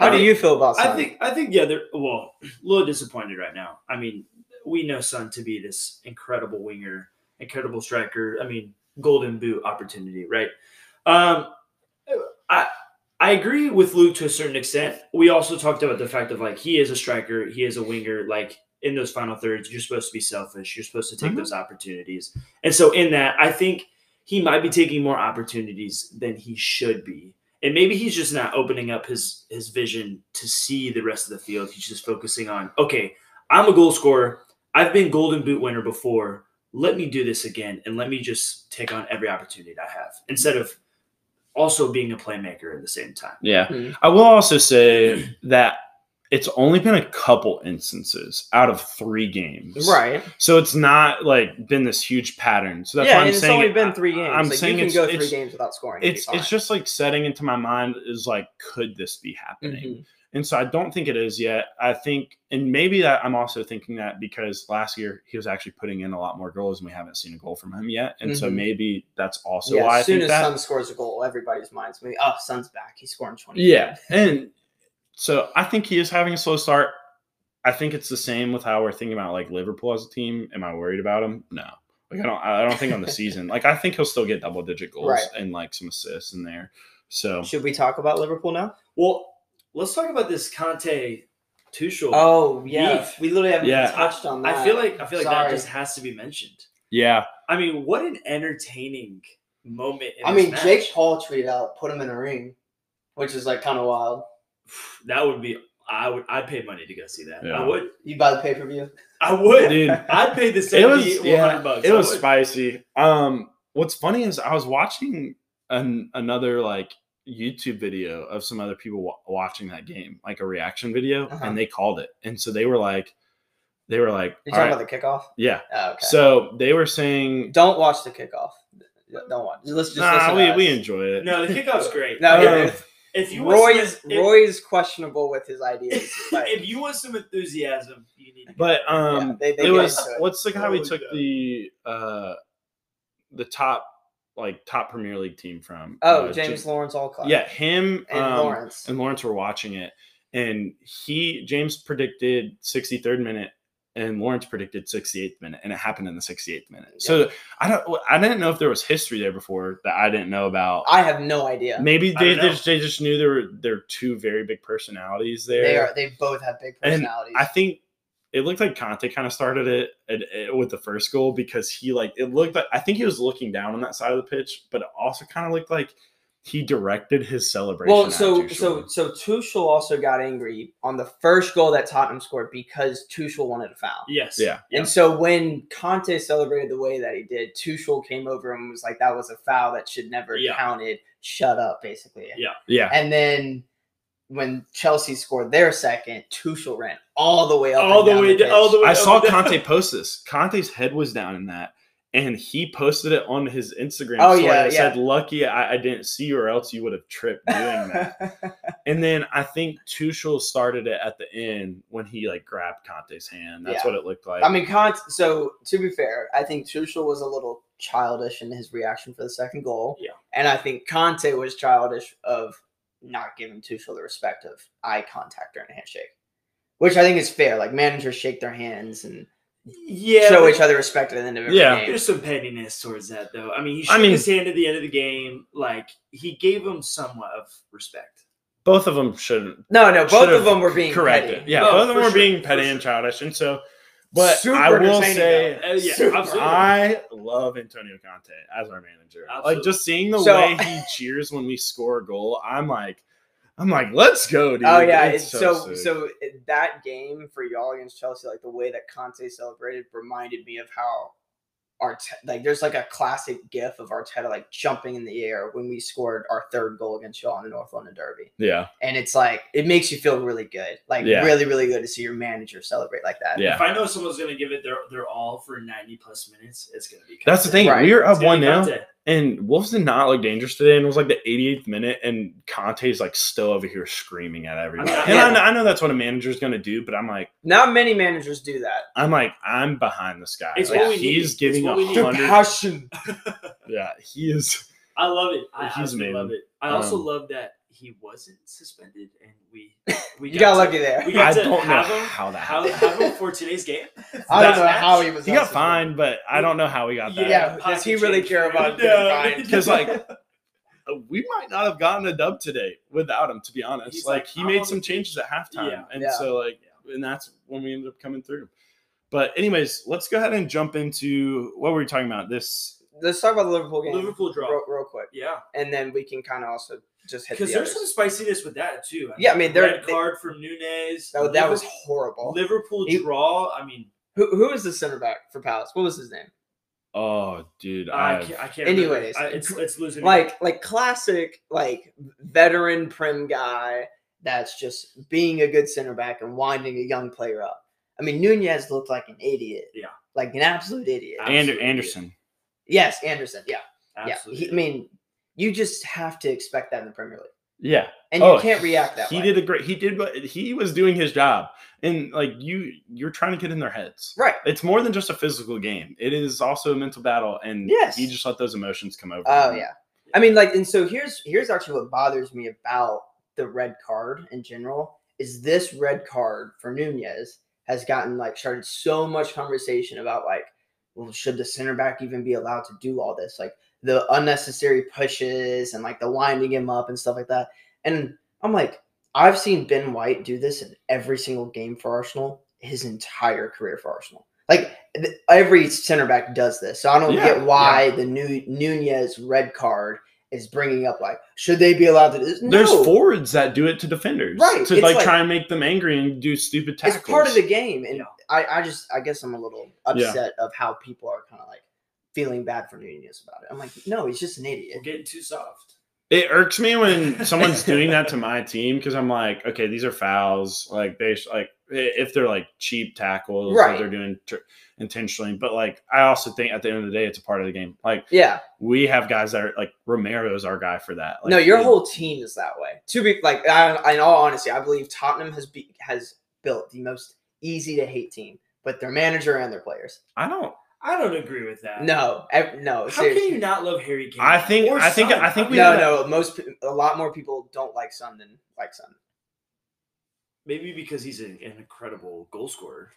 Speaker 2: I
Speaker 3: do
Speaker 2: think-
Speaker 3: you feel about? Son?
Speaker 2: I think I think yeah, they're well, a little disappointed right now. I mean, we know Son to be this incredible winger, incredible striker. I mean, golden boot opportunity, right? Um, I I agree with Luke to a certain extent. We also talked about the fact of like he is a striker, he is a winger. Like in those final thirds, you're supposed to be selfish. You're supposed to take
Speaker 3: Mhm.
Speaker 2: those opportunities. And so in that, I think he might be taking more opportunities than he should be and maybe he's just not opening up his his vision to see the rest of the field. He's just focusing on, okay, I'm a goal scorer. I've been Golden Boot winner before. Let me do this again, and let me just take on every opportunity that I have instead of also being a playmaker at the same time.
Speaker 1: Yeah.
Speaker 3: Hmm.
Speaker 1: I will also say that it's only been a couple instances out of three games.
Speaker 3: right.
Speaker 1: So it's not like been this huge pattern. So that's
Speaker 3: yeah,
Speaker 1: why I'm
Speaker 3: and it's
Speaker 1: saying
Speaker 3: only
Speaker 1: it-
Speaker 3: been three games.
Speaker 1: I'm
Speaker 3: like,
Speaker 1: saying
Speaker 3: you can
Speaker 1: it's-
Speaker 3: go three
Speaker 1: it's-
Speaker 3: games without scoring. and be
Speaker 1: it's it's
Speaker 3: fine.
Speaker 1: just like setting into my mind is like could this be happening?
Speaker 3: Mhm.
Speaker 1: And so I don't think it is yet. I think, and maybe that I'm also thinking that because last year he was actually putting in a lot more goals and we haven't seen a goal from him yet. And so
Speaker 3: Mhm.
Speaker 1: maybe that's also
Speaker 3: yeah,
Speaker 1: why I
Speaker 3: as soon
Speaker 1: think
Speaker 3: as
Speaker 1: that.
Speaker 3: Son scores a goal, everybody's minds maybe. Oh, Son's back. He's scoring twenty.
Speaker 1: yeah. And so I think he is having a slow start. I think it's the same with how we're thinking about like Liverpool as a team. Am I worried about him? No. Like I don't I don't think on the season. Like I think he'll still get double digit goals
Speaker 3: Right.
Speaker 1: and like some assists in there. So
Speaker 3: Should we talk about Liverpool now?
Speaker 2: Well, let's talk about this Conte Tuchel.
Speaker 3: Oh yeah,
Speaker 2: Beef.
Speaker 3: we literally haven't
Speaker 1: Yeah.
Speaker 3: even touched on that.
Speaker 2: I feel like I feel like
Speaker 3: Sorry.
Speaker 2: that just has to be mentioned.
Speaker 1: yeah,
Speaker 2: I mean, what an entertaining moment! In
Speaker 3: I
Speaker 2: this
Speaker 3: mean,
Speaker 2: match.
Speaker 3: Jake Paul tweeted out, "Put him in a ring," which is like kind of wild.
Speaker 2: that would be. I would. I'd pay money to go see that.
Speaker 1: Yeah.
Speaker 2: I would.
Speaker 3: You buy the pay per view.
Speaker 2: I would.
Speaker 1: Dude.
Speaker 2: I'd pay the
Speaker 1: it
Speaker 2: 70,
Speaker 1: was
Speaker 2: 100
Speaker 1: yeah,
Speaker 2: bucks.
Speaker 1: it
Speaker 2: I
Speaker 1: was
Speaker 2: would.
Speaker 1: spicy. Um, what's funny is I was watching an, another like YouTube video of some other people wa- watching that game, like a reaction video,
Speaker 3: Uh-huh.
Speaker 1: and they called it. And so they were like, they were like,
Speaker 3: You
Speaker 1: "All
Speaker 3: talking
Speaker 1: right."
Speaker 3: about the kickoff?
Speaker 1: yeah.
Speaker 3: Oh, okay.
Speaker 1: So they were saying,
Speaker 3: don't watch the kickoff. Don't watch. Let's just
Speaker 1: nah,
Speaker 3: listen
Speaker 1: we,
Speaker 3: to
Speaker 1: we
Speaker 3: us.
Speaker 1: enjoy it.
Speaker 2: No, the kickoff's great.
Speaker 3: No,
Speaker 1: Um,
Speaker 3: yeah,
Speaker 2: if you
Speaker 3: Roy
Speaker 2: want
Speaker 3: is
Speaker 2: some, if-
Speaker 3: Roy is questionable with his ideas. Like,
Speaker 2: if you want some enthusiasm, you need. To go.
Speaker 1: But um,
Speaker 3: yeah, they, they
Speaker 1: it
Speaker 3: get
Speaker 1: was
Speaker 3: into it.
Speaker 1: what's the guy we
Speaker 2: Really
Speaker 1: took
Speaker 2: good.
Speaker 1: the uh the top like top Premier League team from?
Speaker 3: Oh,
Speaker 1: Uh,
Speaker 3: James
Speaker 1: Ja-
Speaker 3: Lawrence Alcott.
Speaker 1: Yeah, him
Speaker 3: and
Speaker 1: um,
Speaker 3: Lawrence.
Speaker 1: and Lawrence were watching it, and he James predicted 63rd minute, and Lawrence predicted 68th minute, and it happened in the 68th minute. So I don't, I didn't know if there was history there before that I didn't know about.
Speaker 3: I have no idea.
Speaker 1: Maybe
Speaker 2: I
Speaker 1: they,
Speaker 2: don't
Speaker 1: they
Speaker 2: know.
Speaker 1: just, they just knew there were there are two very big personalities there.
Speaker 3: They are. They both have big
Speaker 1: And
Speaker 3: personalities.
Speaker 1: I think. It looked like Conte kind of started it, and it with the first goal because he like it looked like I think he was looking down on that side of the pitch, but it also kind of looked like he directed his celebration.
Speaker 3: well,
Speaker 1: at
Speaker 3: so
Speaker 1: Tuchel.
Speaker 3: so so Tuchel also got angry on the first goal that Tottenham scored because Tuchel wanted a foul.
Speaker 2: yes.
Speaker 1: Yeah.
Speaker 3: And so when Conte celebrated the way that he did, Tuchel came over and was like, "That was a foul that should never
Speaker 2: Yeah.
Speaker 3: counted. Shut up," basically.
Speaker 1: yeah,
Speaker 3: And then when Chelsea scored their second, Tuchel ran all the way up,
Speaker 2: All
Speaker 3: and
Speaker 2: the
Speaker 3: down
Speaker 2: way
Speaker 3: the
Speaker 2: down. All
Speaker 3: pitch.
Speaker 2: the way.
Speaker 1: I
Speaker 2: up
Speaker 1: saw
Speaker 2: and down.
Speaker 1: Conte post this. Conte's head was down in that, and he posted it on his Instagram.
Speaker 3: Oh,
Speaker 1: story.
Speaker 3: yeah,
Speaker 1: I said, "Lucky I, I didn't see you, or else you would have tripped doing that." and then I think Tuchel started it at the end when he like grabbed Conte's hand. That's
Speaker 3: Yeah.
Speaker 1: what it looked like.
Speaker 3: I mean, Conte. So to be fair, I think Tuchel was a little childish in his reaction for the second goal.
Speaker 2: Yeah.
Speaker 3: And I think Conte was childish of not giving Tuchel the respect of eye contact during a handshake, which I think is fair. Like managers shake their hands and
Speaker 2: Yeah.
Speaker 3: show
Speaker 2: but
Speaker 3: each other respect at the end of every
Speaker 1: Yeah.
Speaker 3: game.
Speaker 2: There's some pettiness towards that, though. I mean, he shook
Speaker 1: I mean-
Speaker 2: his hand at the end of the game. Like he gave him somewhat of respect.
Speaker 1: both of them should
Speaker 3: No, no, both
Speaker 1: Should've
Speaker 3: of them were being
Speaker 1: correct
Speaker 3: petty.
Speaker 1: it. Yeah,
Speaker 2: Oh,
Speaker 1: both of them
Speaker 2: for
Speaker 1: were
Speaker 2: sure,
Speaker 1: being
Speaker 2: for
Speaker 1: petty
Speaker 2: sure.
Speaker 1: and childish, and so. But
Speaker 3: Super
Speaker 1: I will
Speaker 3: entertaining,
Speaker 1: say,
Speaker 2: Uh, yeah,
Speaker 3: Super.
Speaker 2: absolutely.
Speaker 1: I love Antonio Conte as our manager.
Speaker 2: Absolutely.
Speaker 1: Like just seeing the
Speaker 3: So-
Speaker 1: way he cheers when we score a goal, I'm like, I'm like, let's go, dude.
Speaker 3: Oh yeah,
Speaker 1: It's
Speaker 3: it's so so,
Speaker 1: sick.
Speaker 3: it- that game for y'all against Chelsea, like the way that Conte celebrated, reminded me of how Arteta, like there's like a classic GIF of Arteta like jumping in the air when we scored our third goal against y'all in the North London Derby,
Speaker 1: yeah,
Speaker 3: and it's like it makes you feel really good, like
Speaker 1: Yeah.
Speaker 3: really really good to see your manager celebrate like that.
Speaker 1: yeah.
Speaker 2: If I know someone's gonna give it their their all for 90 plus minutes, it's gonna be. Conte.
Speaker 1: That's the thing.
Speaker 3: Right.
Speaker 1: We were
Speaker 2: It's
Speaker 1: up
Speaker 2: gonna
Speaker 1: one
Speaker 2: be
Speaker 1: now,
Speaker 2: Conte.
Speaker 1: and Wolves did not look dangerous today. And it was like the 88th minute, and Conte's like still over here screaming at everybody.
Speaker 2: I-
Speaker 1: and
Speaker 3: yeah.
Speaker 1: I, know, I know that's what a manager's gonna do, but I'm like,
Speaker 3: Not many managers do that.
Speaker 1: I'm like, I'm behind this guy.
Speaker 2: It's
Speaker 1: Like,
Speaker 2: what we need.
Speaker 1: he's
Speaker 2: It's
Speaker 1: giving
Speaker 2: what we need.
Speaker 1: a hundred.
Speaker 3: passion.
Speaker 1: Yeah, he is.
Speaker 2: I love it. I
Speaker 1: He's
Speaker 2: absolutely
Speaker 1: amazing.
Speaker 2: love it. I also
Speaker 1: Um,
Speaker 2: love that he wasn't suspended, and we we
Speaker 3: you got
Speaker 2: to-
Speaker 3: lucky there.
Speaker 2: We got
Speaker 1: I
Speaker 2: to
Speaker 1: don't know
Speaker 2: have him.
Speaker 1: how that
Speaker 2: How,
Speaker 1: happened.
Speaker 2: have him for today's game?
Speaker 3: I don't
Speaker 2: That
Speaker 3: know
Speaker 2: match?
Speaker 3: how he was.
Speaker 1: He got
Speaker 3: unsuspended.
Speaker 1: fined, but I don't know how he got that.
Speaker 3: Yeah, does he
Speaker 2: pocket
Speaker 3: really
Speaker 2: change,
Speaker 3: care
Speaker 2: man.
Speaker 3: about getting
Speaker 2: No.
Speaker 3: fined?
Speaker 1: Because like uh, we might not have gotten a dub today without him, to be honest.
Speaker 2: He's
Speaker 1: like,
Speaker 2: like,
Speaker 1: he
Speaker 2: I'm
Speaker 1: made
Speaker 2: on
Speaker 1: some
Speaker 2: the
Speaker 1: changes at halftime.
Speaker 2: Yeah.
Speaker 1: And
Speaker 3: Yeah.
Speaker 1: so like and that's when we ended up coming through. But anyways, let's go ahead and jump into what were we talking about? This
Speaker 3: Let's talk about the Liverpool game
Speaker 2: Liverpool draw.
Speaker 3: real, real quick,
Speaker 2: Yeah,
Speaker 3: and then we can kind of also just hit.
Speaker 2: because
Speaker 3: Because
Speaker 2: there's some spiciness with that too.
Speaker 3: Yeah, I mean, they're-
Speaker 2: red
Speaker 3: they-
Speaker 2: card from Nunez.
Speaker 3: that, that was
Speaker 2: Liverpool-
Speaker 3: horrible.
Speaker 2: Liverpool
Speaker 3: He-
Speaker 2: draw. I mean,
Speaker 3: Who who was the center back for Palace? What was his name?
Speaker 1: oh dude,
Speaker 2: I
Speaker 1: I've-
Speaker 2: can't. I can't remember.
Speaker 3: Anyways,
Speaker 2: I, it's it's losing. me.
Speaker 3: Like like classic like veteran prim guy that's just being a good center back and winding a young player up. I mean Nunez looked like an idiot.
Speaker 2: Yeah.
Speaker 3: Like an absolute idiot.
Speaker 2: I-
Speaker 1: Ander-
Speaker 2: Absolutely.
Speaker 1: Anderson.
Speaker 3: yes, Anderson. Yeah.
Speaker 2: absolutely.
Speaker 3: Yeah. He, I mean, you just have to expect that in the Premier League.
Speaker 1: Yeah.
Speaker 3: And you
Speaker 1: Oh,
Speaker 3: can't react that
Speaker 1: he
Speaker 3: way.
Speaker 1: did a great he did what he was doing his job. And like you you're trying to get in their heads.
Speaker 3: right.
Speaker 1: it's more than just a physical game. It is also a mental battle, and
Speaker 3: Yes.
Speaker 1: he just let those emotions come over.
Speaker 3: Oh
Speaker 1: him.
Speaker 3: yeah. I mean, like, and so here's here's actually what bothers me about the red card in general is this red card for Nunez has gotten like started so much conversation about like, well, should the center back even be allowed to do all this? Like the unnecessary pushes and like the winding him up and stuff like that. And I'm like, I've seen Ben White do this in every single game for Arsenal his entire career for Arsenal. Like th- every center back does this, so I don't
Speaker 1: Yeah,
Speaker 3: get why the new Nunez red card is bringing up like should they be allowed to do this?
Speaker 1: There's
Speaker 3: No.
Speaker 1: forwards that do it to defenders,
Speaker 3: Right,
Speaker 1: To
Speaker 3: it's
Speaker 1: like,
Speaker 3: like-
Speaker 1: try and make them angry and do stupid tackles.
Speaker 3: It's part of the game, and
Speaker 2: Yeah.
Speaker 3: I, I just I guess I'm a little
Speaker 1: Yeah.
Speaker 3: upset of how people are kind of like feeling bad for Nunez about it. I'm like, no, he's just an
Speaker 2: We're
Speaker 3: idiot.
Speaker 2: getting too soft.
Speaker 1: It irks me when someone's doing that to my team because I'm like, okay, these are fouls. Like they sh- like i- if they're like cheap tackles, that
Speaker 3: Right.
Speaker 1: They're doing tr- intentionally, but like I also think at the end of the day, it's a part of the game. Like
Speaker 3: Yeah,
Speaker 1: we have guys that are like Romero's our guy for that. Like,
Speaker 3: no, your
Speaker 1: we-
Speaker 3: whole team is that way. To be like, I, in all honesty, I believe Tottenham has be, has built the most easy to hate team, but their manager and their players.
Speaker 1: I don't.
Speaker 2: I don't agree with that.
Speaker 3: No, ev- no,
Speaker 2: How
Speaker 3: Oh, seriously.
Speaker 2: can you not love Harry Kane?
Speaker 1: I think-
Speaker 2: Or
Speaker 1: I think-
Speaker 2: Son.
Speaker 1: I think we
Speaker 2: mean,
Speaker 3: no,
Speaker 1: had-
Speaker 3: no. Most pe- a lot more people don't like Sun than like Sun.
Speaker 2: maybe because he's an, an incredible goal scorer.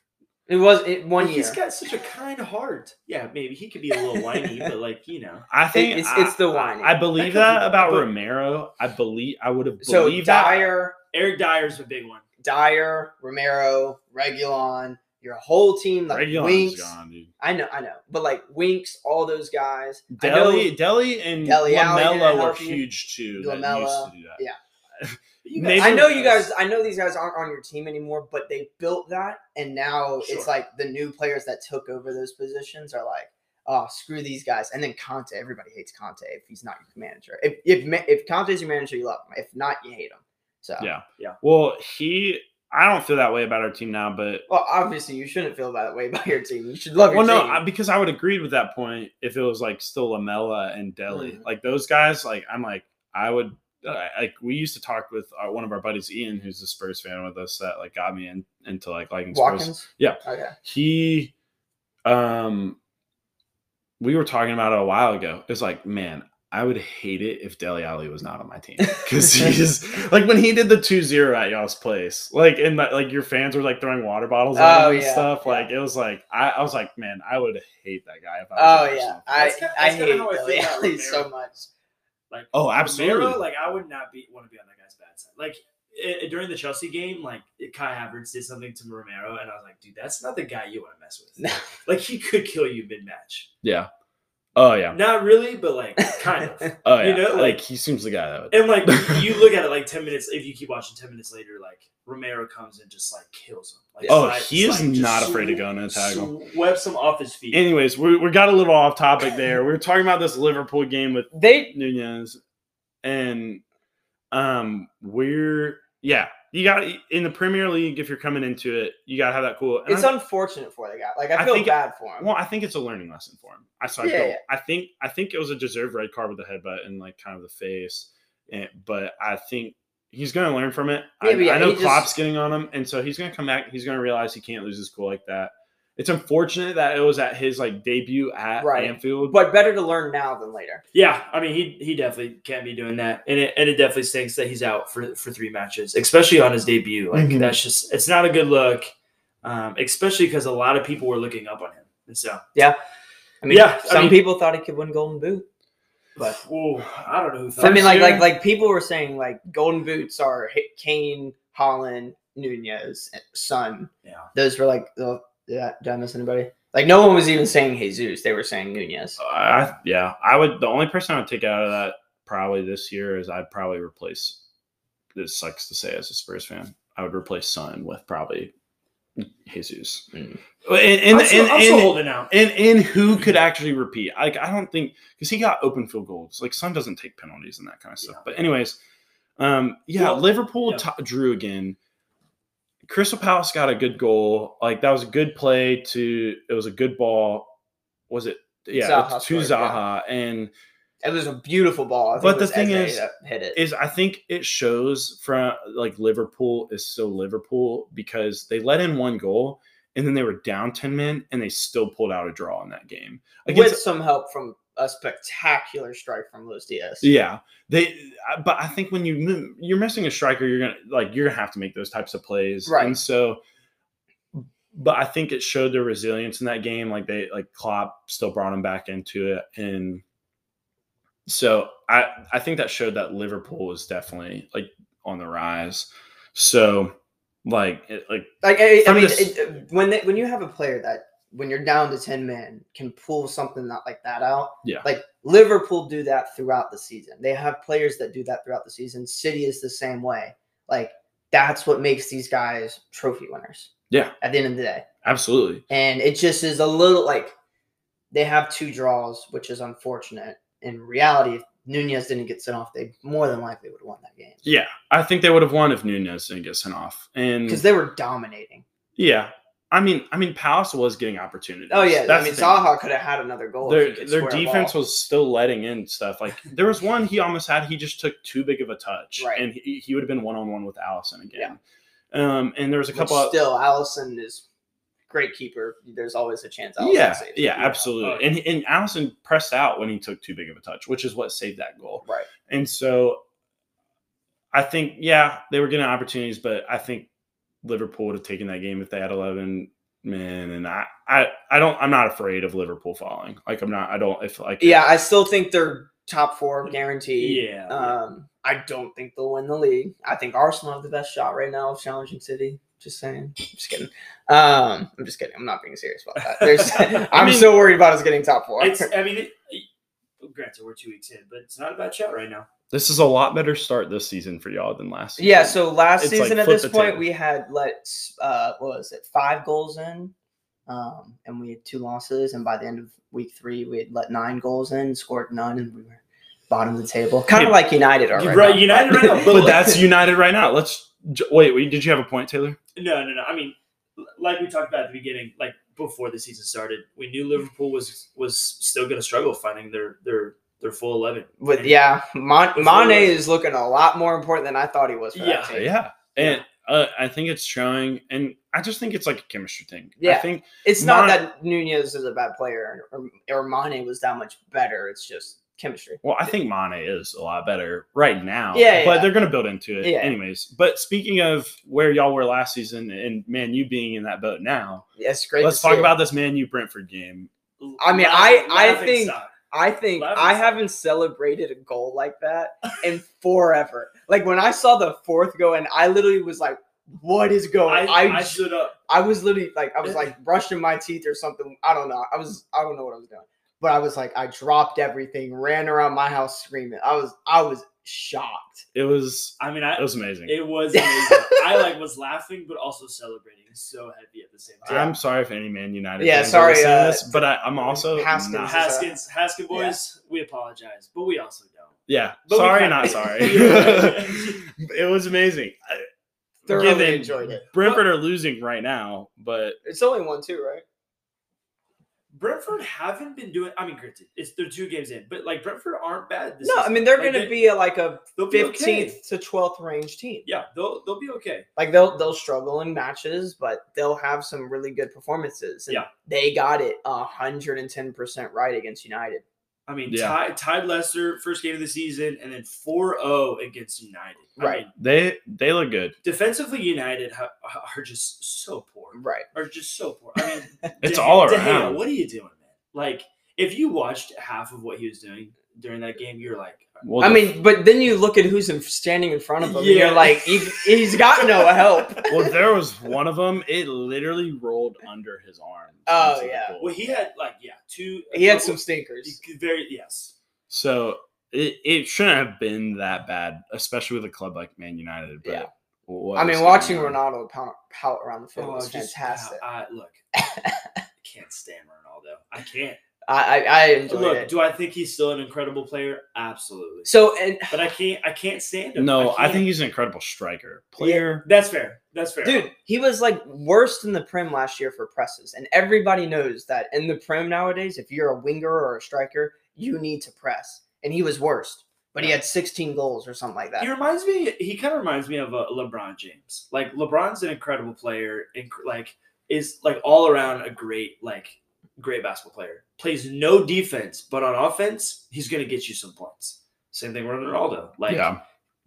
Speaker 3: It was it, one
Speaker 2: But
Speaker 3: year.
Speaker 2: He's got such a kind heart. Yeah, maybe he could be a little whiny, but like you know,
Speaker 1: I think
Speaker 3: it's-
Speaker 1: I-
Speaker 3: it's the whining.
Speaker 1: I believe
Speaker 2: That comes
Speaker 1: that
Speaker 2: with-
Speaker 1: about
Speaker 2: but-
Speaker 1: Romero. I believe I would have
Speaker 3: so
Speaker 1: believed that.
Speaker 3: Dyer,
Speaker 2: Eric Dyer's a big one.
Speaker 3: Dyer, Romero, Regulon, your whole team like
Speaker 1: Regulon's
Speaker 3: Winks.
Speaker 1: gone, dude.
Speaker 3: I know, I know, but like Winks, all those guys. I know-
Speaker 1: Delhi, Delhi, and
Speaker 3: Dele Alli didn't
Speaker 1: Lamella were
Speaker 3: help you.
Speaker 1: huge too. That used
Speaker 3: Lamella,
Speaker 1: to do that.
Speaker 3: yeah.
Speaker 2: But you
Speaker 1: Maybe-
Speaker 2: guys-
Speaker 3: I know you guys. I know these guys aren't on your team anymore, but they built that, and now
Speaker 2: Sure.
Speaker 3: it's like the new players that took over those positions are like, oh, screw these guys. And then Conte, everybody hates Conte if he's not your manager. If if Ma- if Conte's your manager, you love him. If not, you hate him. So
Speaker 1: Yeah. Well, he, I don't feel that way about our team now, but
Speaker 3: well, obviously you shouldn't feel that way about your team. You should love your
Speaker 1: well, no,
Speaker 3: team.
Speaker 1: I, because I would agree with that point if it was like still Lamella and Delhi,
Speaker 3: Mhm.
Speaker 1: like those guys. Like I'm like I would I- like we used to talk with our, one of our buddies Ian, who's a Spurs fan with us, that like got me in, into like liking Spurs.
Speaker 3: Watkins.
Speaker 1: Yeah.
Speaker 3: Okay.
Speaker 1: he um we were talking about it a while ago it's like man i would hate it if deli ali was not on my team because he's like when he did the 2-0 at y'all's place like and like like your fans were like throwing water bottles at
Speaker 3: Oh,
Speaker 1: him and
Speaker 3: yeah,
Speaker 1: stuff
Speaker 3: yeah.
Speaker 1: like it was like I, I was like man i would hate that guy if
Speaker 3: Oh
Speaker 1: i was
Speaker 3: yeah, I
Speaker 2: That's kinda-
Speaker 3: I
Speaker 2: that's kinda
Speaker 3: hate
Speaker 2: how I feel
Speaker 3: Dele
Speaker 2: about
Speaker 3: Alli
Speaker 2: Romero.
Speaker 3: so much.
Speaker 2: Like
Speaker 1: oh absolutely
Speaker 2: Romero, like I would not be want to be on that guy's bad side. Like i- during the Chelsea game, like Kai Havertz did something to Romero, and I was like, dude, that's not the guy you want to mess with. like he could kill you mid match.
Speaker 1: yeah oh yeah
Speaker 2: Not really, but like kind of.
Speaker 1: oh yeah
Speaker 2: You know,
Speaker 1: like,
Speaker 2: like-
Speaker 1: he seems the guy that would
Speaker 2: And like you look at it like ten minutes if you keep watching ten minutes later, like Romero comes and just like kills him. Like,
Speaker 1: oh
Speaker 2: slide-
Speaker 1: he is
Speaker 2: slide- just
Speaker 1: not afraid to
Speaker 2: sw-
Speaker 1: go in and tackle
Speaker 2: Swept him off his feet.
Speaker 1: anyways we, we got a little off topic there we were talking about this liverpool game with
Speaker 3: They
Speaker 1: Nunez, and um, we're yeah, you got in the Premier League if you're coming into it, you got to have that cool. and
Speaker 3: it's
Speaker 1: I-
Speaker 3: unfortunate for the guy. Like
Speaker 1: I
Speaker 3: I feel
Speaker 1: think-
Speaker 3: bad for him.
Speaker 1: well, I think it's a learning lesson for him. I so I,
Speaker 3: Yeah,
Speaker 1: feel,
Speaker 3: yeah.
Speaker 1: I think I think it was a deserved red card with the headbutt and like kind of the face, and, but I think he's going to learn from it. I,
Speaker 3: Yeah, but yeah,
Speaker 1: I know
Speaker 3: he just-
Speaker 1: Klopp's getting on him, and so he's going to come back. He's going to realize he can't lose his cool like that, It's unfortunate that it was at his like debut at
Speaker 3: Right.
Speaker 1: Anfield.
Speaker 3: But better to learn now than later.
Speaker 2: Yeah, I mean, he he definitely can't be doing that, and it and it definitely stinks that he's out for for three matches, especially on his debut. Like
Speaker 1: Mhm.
Speaker 2: that's just it's not a good look, um, especially because a lot of people were looking up on him, and so
Speaker 3: I mean,
Speaker 2: Yeah, I
Speaker 3: some
Speaker 2: mean-
Speaker 3: people thought he could win Golden Boot.
Speaker 2: but ooh, I don't know. Who
Speaker 3: I mean, like,
Speaker 2: thought-
Speaker 3: like, like people were saying, like Golden Boots are H- Kane, Holland, Nunez, Son.
Speaker 2: Yeah.
Speaker 3: Those were like, the did I, did I miss anybody? Like, no one was even saying Jesus. They were saying Nunez.
Speaker 1: I, yeah, I would. The only person I would take out of that probably this year is I'd probably replace. This sucks to say as a Spurs fan. I would replace Son with probably Jesus.
Speaker 3: Mm.
Speaker 1: Well, And,
Speaker 2: I'm
Speaker 1: and,
Speaker 2: still,
Speaker 1: and,
Speaker 2: I'm still
Speaker 1: and-
Speaker 2: holding out.
Speaker 1: and and who could actually repeat? Like I don't think because he got open field goals. Like Son doesn't take penalties and that kind of stuff.
Speaker 2: Yeah.
Speaker 1: But anyways, um, yeah,
Speaker 2: Well,
Speaker 1: Liverpool
Speaker 2: yeah.
Speaker 1: to- drew again. Crystal Palace got a good goal. Like that was a good play to. It was a good ball. Was it? Yeah,
Speaker 3: Zaha
Speaker 1: it's to
Speaker 3: scored,
Speaker 1: Zaha,
Speaker 3: yeah.
Speaker 1: and
Speaker 3: It was a beautiful ball. I think
Speaker 1: But
Speaker 3: it
Speaker 1: the
Speaker 3: was
Speaker 1: thing
Speaker 3: Eze
Speaker 1: is-
Speaker 3: that hit it.
Speaker 1: is I think it shows from like Liverpool is still Liverpool because they let in one goal and then they were down ten men and they still pulled out a draw in that game
Speaker 3: with some help from a spectacular strike from Luis Diaz.
Speaker 1: Yeah, they. I- But I think when you mo- you're missing a striker, you're gonna like you're gonna have to make those types of plays,
Speaker 3: Right.
Speaker 1: And so, but I think it showed their resilience in that game. Like they like Klopp still brought him back into it, and so I I think that showed that Liverpool was definitely like on the rise. So like it, like
Speaker 3: Like I, I
Speaker 1: From
Speaker 3: mean,
Speaker 1: this-
Speaker 3: it, when they, when you have a player that when you're down to ten men can pull something that, like that out.
Speaker 1: Yeah.
Speaker 3: Like Liverpool do that throughout the season. They have players that do that throughout the season. City is the same way. Like that's what makes these guys trophy winners.
Speaker 1: Yeah.
Speaker 3: At the end of the day,
Speaker 1: absolutely,
Speaker 3: and it just is a little like they have two draws, which is unfortunate. In reality, if Nunez didn't get sent off, they more than likely would have won that game
Speaker 1: yeah. I think they would have won if Nunez didn't get sent off, and
Speaker 3: because they were dominating.
Speaker 1: yeah. I mean, I mean, Palace was getting opportunities.
Speaker 3: Oh yeah,
Speaker 1: That's
Speaker 3: I
Speaker 1: the
Speaker 3: mean
Speaker 1: thing.
Speaker 3: Zaha could have had another goal. if he
Speaker 1: their
Speaker 3: could
Speaker 1: their
Speaker 3: square a
Speaker 1: defense
Speaker 3: ball.
Speaker 1: was still letting in stuff. Like there was one he almost had. He just took too big of a touch,
Speaker 3: Right.
Speaker 1: and he, he would have been one on one with Allison again. Um, and there was a
Speaker 3: Which
Speaker 1: couple. Of,
Speaker 3: still, Allison is great keeper. There's always a chance. Allison
Speaker 1: yeah,
Speaker 3: saves it.
Speaker 1: yeah,
Speaker 2: Yeah.
Speaker 1: absolutely. And and Allison pressed out when he took too big of a touch, which is what saved that goal.
Speaker 3: right.
Speaker 1: And so, I think yeah, they were getting opportunities, but I think Liverpool would have taken that game if they had eleven. men. and I, I, I don't. I'm not afraid of Liverpool falling. Like I'm not. I don't. If like
Speaker 3: Yeah, I still think they're top four guaranteed.
Speaker 2: Yeah,
Speaker 3: Um, I don't think they'll win the league. I think Arsenal have the best shot right now of challenging City. Just saying. Just kidding. Um, I'm just kidding. I'm not being serious about that. There's, I'm
Speaker 1: mean-
Speaker 3: so worried about us getting top four.
Speaker 2: it's. I mean, it, granted, we're two weeks in, but it's not a bad shot right now.
Speaker 1: This is a lot better start this season for y'all than last.
Speaker 3: Yeah, so last
Speaker 1: It's like
Speaker 3: season at
Speaker 1: flip
Speaker 3: this
Speaker 1: the
Speaker 3: point
Speaker 1: table.
Speaker 3: we had let uh what was it, five goals in. Um and we had two losses and by the end of week three we had let nine goals in, scored none, and we were bottom of the table. Kind of
Speaker 2: Hey,
Speaker 3: like United are
Speaker 2: you-
Speaker 3: right,
Speaker 2: right,
Speaker 3: now.
Speaker 2: United right now,
Speaker 1: but that's United right now. Let's j- wait. wait, Did you have a point, Taylor?
Speaker 2: No, no, no. I mean, l- like we talked about at the beginning, like before the season started, we knew Liverpool was was still going to struggle finding their their their full eleven.
Speaker 3: But yeah, Mon-
Speaker 2: Before
Speaker 3: Mane
Speaker 2: we-
Speaker 3: is looking a lot more important than I thought he was for
Speaker 2: Yeah,
Speaker 3: that team.
Speaker 1: Yeah, and uh, I think it's showing, and I just think it's like a chemistry thing. I
Speaker 3: Yeah.
Speaker 1: think
Speaker 3: It's not
Speaker 1: Mane-
Speaker 3: that Nunez is a bad player or, or Mane was that much better. It's just chemistry.
Speaker 1: Well, I think Mane is a lot better right now.
Speaker 3: Yeah,
Speaker 1: But
Speaker 3: yeah.
Speaker 1: they're going to build into it
Speaker 3: Yeah.
Speaker 1: anyways. But speaking of where y'all were last season and man, you being in that boat now,
Speaker 3: Yes, great.
Speaker 1: let's
Speaker 3: to
Speaker 1: talk
Speaker 3: see it.
Speaker 1: about this man, you Brentford game.
Speaker 3: I mean, I-
Speaker 2: Laughing-
Speaker 3: I
Speaker 2: laughing
Speaker 3: think-
Speaker 2: stock.
Speaker 3: I think
Speaker 2: Lavin's-
Speaker 3: I haven't celebrated a goal like that in forever. like when I saw the fourth go and I literally was like, what is going?
Speaker 2: I, I
Speaker 3: I,
Speaker 2: stood up.
Speaker 3: I was literally like, I was like brushing my teeth or something. I don't know. I was, I don't know what I was doing, but I was like, I dropped everything, ran around my house screaming. I was, I was shocked.
Speaker 1: It was
Speaker 2: I mean,
Speaker 1: it
Speaker 2: I
Speaker 1: was amazing.
Speaker 2: it was amazing. I like was laughing, but also celebrating so heavy at the same time.
Speaker 1: I'm sorry if any Man United.
Speaker 3: Yeah,
Speaker 1: fans are
Speaker 3: sorry,
Speaker 1: listening to
Speaker 3: uh,
Speaker 1: this, but I, I'm also
Speaker 3: Haskins
Speaker 1: not-
Speaker 3: is-
Speaker 2: Haskins, Haskins boys, we apologize, but we also don't.
Speaker 1: Yeah,
Speaker 2: But we
Speaker 1: sorry,
Speaker 2: kinda-
Speaker 1: not sorry.
Speaker 2: Yeah.
Speaker 1: it was amazing. I-
Speaker 3: Thoroughly
Speaker 1: given
Speaker 3: enjoyed it.
Speaker 1: Brentford are losing right now, but
Speaker 3: It's only one, two, right?
Speaker 2: Brentford haven't been doing. I mean, granted, it's they're two games in, but like Brentford aren't bad. This
Speaker 3: no, I
Speaker 2: season.
Speaker 3: mean they're
Speaker 2: Like,
Speaker 3: going
Speaker 2: they-
Speaker 3: to be a, like a
Speaker 2: they'll be
Speaker 3: fifteenth
Speaker 2: okay.
Speaker 3: to twelfth range team.
Speaker 2: Yeah, they'll they'll be okay.
Speaker 3: Like they'll they'll struggle in matches, but they'll have some really good performances. And
Speaker 2: Yeah.
Speaker 3: they got it hundred and ten percent right against United.
Speaker 2: I mean,
Speaker 1: Yeah.
Speaker 2: tied tied Leicester first game of the season, and then 4-0 against United. I
Speaker 3: Right.
Speaker 2: mean,
Speaker 1: They they look good.
Speaker 2: defensively, United ha- are just so poor.
Speaker 3: Right.
Speaker 2: Are just so poor. I mean,
Speaker 1: It's
Speaker 2: De-
Speaker 1: all
Speaker 2: De Gea,
Speaker 1: around.
Speaker 2: what are you doing, man? Like, if you watched half of what he was doing during that game, you're like,
Speaker 1: Well,
Speaker 3: I
Speaker 1: the-
Speaker 3: mean, but then you look at who's in, standing in front of him. And
Speaker 2: Yeah.
Speaker 3: you're like, he, he's got no help.
Speaker 1: well, there was one of them. It literally rolled under his arm.
Speaker 3: Oh,
Speaker 1: into the
Speaker 3: yeah.
Speaker 1: goal.
Speaker 2: well, he had like, yeah, two.
Speaker 3: He had some
Speaker 2: couple-
Speaker 3: stinkers.
Speaker 2: very yes.
Speaker 1: So it, it shouldn't have been that bad, especially with a club like Man United. But
Speaker 3: Yeah.
Speaker 1: what
Speaker 3: I
Speaker 1: was
Speaker 3: mean,
Speaker 1: going
Speaker 3: watching
Speaker 1: on?
Speaker 3: Ronaldo pout, pout around the field was
Speaker 2: Oh, just-
Speaker 3: fantastic.
Speaker 2: I, I- look, can't stand Ronaldo. I can't.
Speaker 3: I I, I enjoyed
Speaker 2: look,
Speaker 3: it.
Speaker 2: do I think he's still an incredible player? Absolutely.
Speaker 3: So and
Speaker 2: but I can't. I can't stand him.
Speaker 1: No, I,
Speaker 2: can't.
Speaker 1: think he's an incredible striker player.
Speaker 2: that's fair. That's fair,
Speaker 3: dude, he was like worst in the Prem last year for presses, and everybody knows that in the Prem nowadays, if you're a winger or a striker, you need to press, and he was worst. But he had 16 goals or something like that.
Speaker 2: He reminds me. He kind of reminds me of a LeBron James. Like LeBron's an incredible player. And like is like all around a great like great basketball player. Plays no defense, but on offense, he's gonna get you some points. Same thing with Ronaldo. Like
Speaker 1: yeah,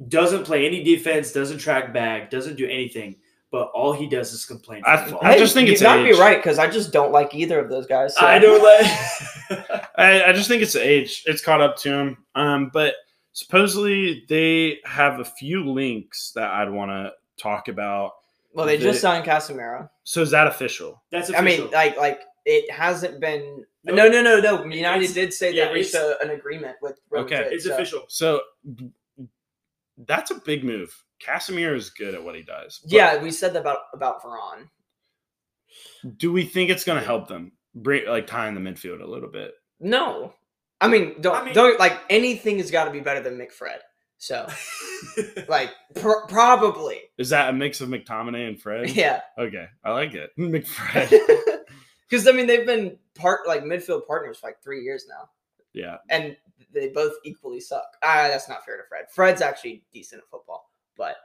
Speaker 2: doesn't play any defense, doesn't track back, doesn't do anything. But all he does is complain.
Speaker 1: I-
Speaker 2: from the ball.
Speaker 1: I just think
Speaker 3: you
Speaker 1: it's
Speaker 3: gotta
Speaker 1: age.
Speaker 3: be right because I just don't like either of those guys. so-
Speaker 2: I don't like.
Speaker 1: I, I just think it's the age. It's caught up to him. Um, but supposedly they have a few links that I'd want to talk about.
Speaker 3: Well, they
Speaker 1: The-
Speaker 3: just signed Casemiro.
Speaker 1: So is that official?
Speaker 2: That's
Speaker 3: I
Speaker 2: official.
Speaker 3: mean, like like it hasn't been.
Speaker 2: No,
Speaker 3: No, no, no, no.
Speaker 2: it's-
Speaker 3: United did say
Speaker 2: yeah,
Speaker 3: they reached
Speaker 2: it's-
Speaker 3: a, an agreement with. Real
Speaker 1: Okay.
Speaker 3: Madrid,
Speaker 2: it's
Speaker 3: so-
Speaker 2: official.
Speaker 1: So that's a big move. Casemiro is good at what he does. But
Speaker 3: Yeah, we said that about about Varane.
Speaker 1: Do we think it's going to help them bring like tie in the midfield a little bit?
Speaker 3: No, I mean don't
Speaker 2: I mean-
Speaker 3: don't like anything has got to be better than McFred. So like pr- probably
Speaker 1: Is that a mix of McTominay and Fred?
Speaker 3: yeah,
Speaker 1: Okay, I like it. McFred.
Speaker 3: because I mean they've been part like midfield partners for like three years now,
Speaker 1: yeah.
Speaker 3: and they both equally suck. Ah, that's not fair to Fred. Fred's actually decent at football, but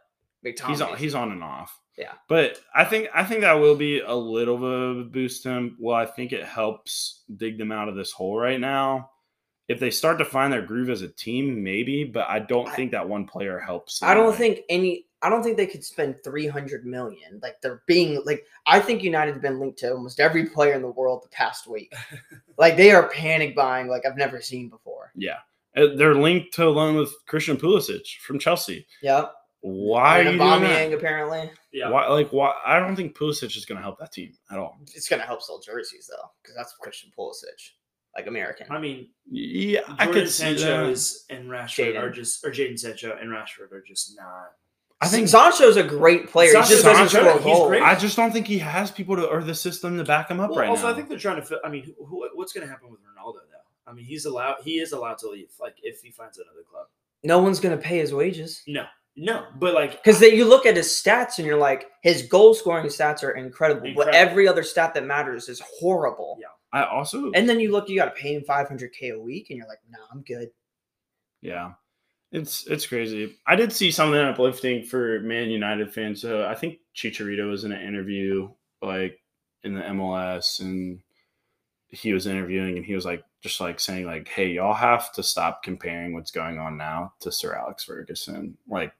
Speaker 3: McTominay.
Speaker 1: he's on he's on and off.
Speaker 3: Yeah.
Speaker 1: But I think I think that will be a little bit of a boost to him. Well, I think it helps dig them out of this hole right now. If they start to find their groove as a team, maybe, but I don't
Speaker 3: I-
Speaker 1: think that one player helps. them,
Speaker 3: I don't
Speaker 1: like-
Speaker 3: think any. I don't think they could spend three hundred million. Like they're being like. I think United's been linked to almost every player in the world the past week. like they are panic buying like I've never seen before.
Speaker 1: Yeah. Uh, They're linked to a loan with Christian Pulisic from Chelsea.
Speaker 3: Yep.
Speaker 1: Why
Speaker 3: And
Speaker 1: are you doing that?
Speaker 3: Aubameyang, apparently.
Speaker 2: Yeah.
Speaker 1: Why, like, why? I don't think Pulisic is going to help that team at all.
Speaker 3: It's gonna help sell jerseys though, because that's Christian Pulisic, like American.
Speaker 2: I mean,
Speaker 1: Yeah, I
Speaker 2: Jordan
Speaker 1: could see
Speaker 2: Sancho
Speaker 1: that.
Speaker 2: is, and Rashford
Speaker 3: Jadon.
Speaker 2: are just or Jaden Sancho and Rashford are just not.
Speaker 1: I think
Speaker 3: Sancho's a great player.
Speaker 2: Sancho's
Speaker 3: he just doesn't
Speaker 1: Sancho,
Speaker 3: score
Speaker 2: he's
Speaker 3: goals.
Speaker 2: great.
Speaker 1: I just don't think he has people to or the system to back him up
Speaker 2: Well,
Speaker 1: right
Speaker 2: also,
Speaker 1: now.
Speaker 2: I think they're trying to. Fill, I mean, who, who, what's going to happen with Ronaldo though? I mean, he's allowed. He is allowed to leave. Like if he finds another club.
Speaker 3: No one's gonna pay his wages
Speaker 2: No, no. But like,
Speaker 3: because you look at his stats and you're like, his goal scoring stats are incredible, but
Speaker 2: Incredible.
Speaker 3: every other stat that matters is horrible.
Speaker 2: Yeah.
Speaker 1: I also
Speaker 3: And then you look, you got to pay him 500k a week, and you're like, nah, I'm good.
Speaker 1: Yeah. It's it's crazy. I did see something uplifting for Man United fans. So I think Chicharito was in an interview like in the MLS and he was interviewing and he was like just like saying like, "Hey, y'all have to stop comparing what's going on now to Sir Alex Ferguson." Like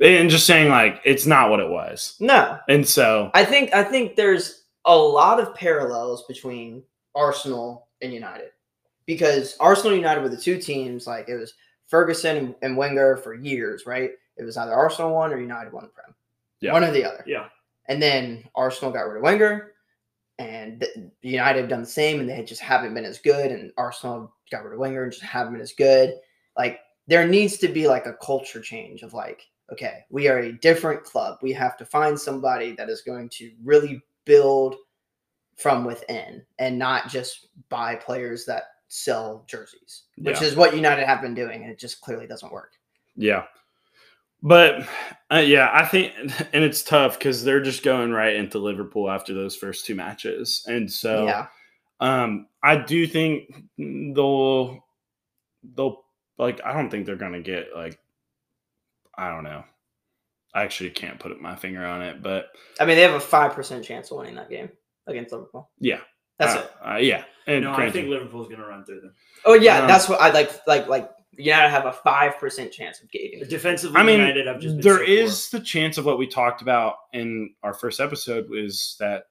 Speaker 1: and just saying like it's not what it was.
Speaker 3: No,
Speaker 1: And so
Speaker 3: I think I think there's a lot of parallels between Arsenal and United because Arsenal and United were the two teams like it was Ferguson and, and Wenger for years, right? It was either Arsenal won or United won the Prem,
Speaker 1: Yeah.
Speaker 3: one or the other.
Speaker 2: yeah,
Speaker 3: And then Arsenal got rid of Wenger, and th- United have done the same, and they just haven't been as good. And Arsenal got rid of Wenger and just haven't been as good. Like there needs to be like a culture change of like, okay, we are a different club. We have to find somebody that is going to really build from within and not just buy players that sell jerseys, which
Speaker 1: Yeah.
Speaker 3: is what United have been doing, and it just clearly doesn't work.
Speaker 1: Yeah. But uh, yeah, I think, and it's tough because they're just going right into Liverpool after those first two matches. And so
Speaker 3: yeah,
Speaker 1: Um, I do think they'll they'll like I don't think they're gonna get like I don't know. I actually can't put my finger on it, but
Speaker 3: I mean, they have a five percent chance of winning that game against Liverpool.
Speaker 1: yeah,
Speaker 3: That's
Speaker 1: uh,
Speaker 3: it.
Speaker 1: uh, yeah, and
Speaker 2: no, I
Speaker 1: granted-
Speaker 2: think Liverpool's going to run through them.
Speaker 3: Oh yeah,
Speaker 1: um,
Speaker 3: that's what I like. Like like United have a five percent chance of getting. it.
Speaker 2: Defensively,
Speaker 1: I mean,
Speaker 2: United, I've just been
Speaker 1: there
Speaker 2: so poor.
Speaker 1: is the chance of what we talked about in our first episode is that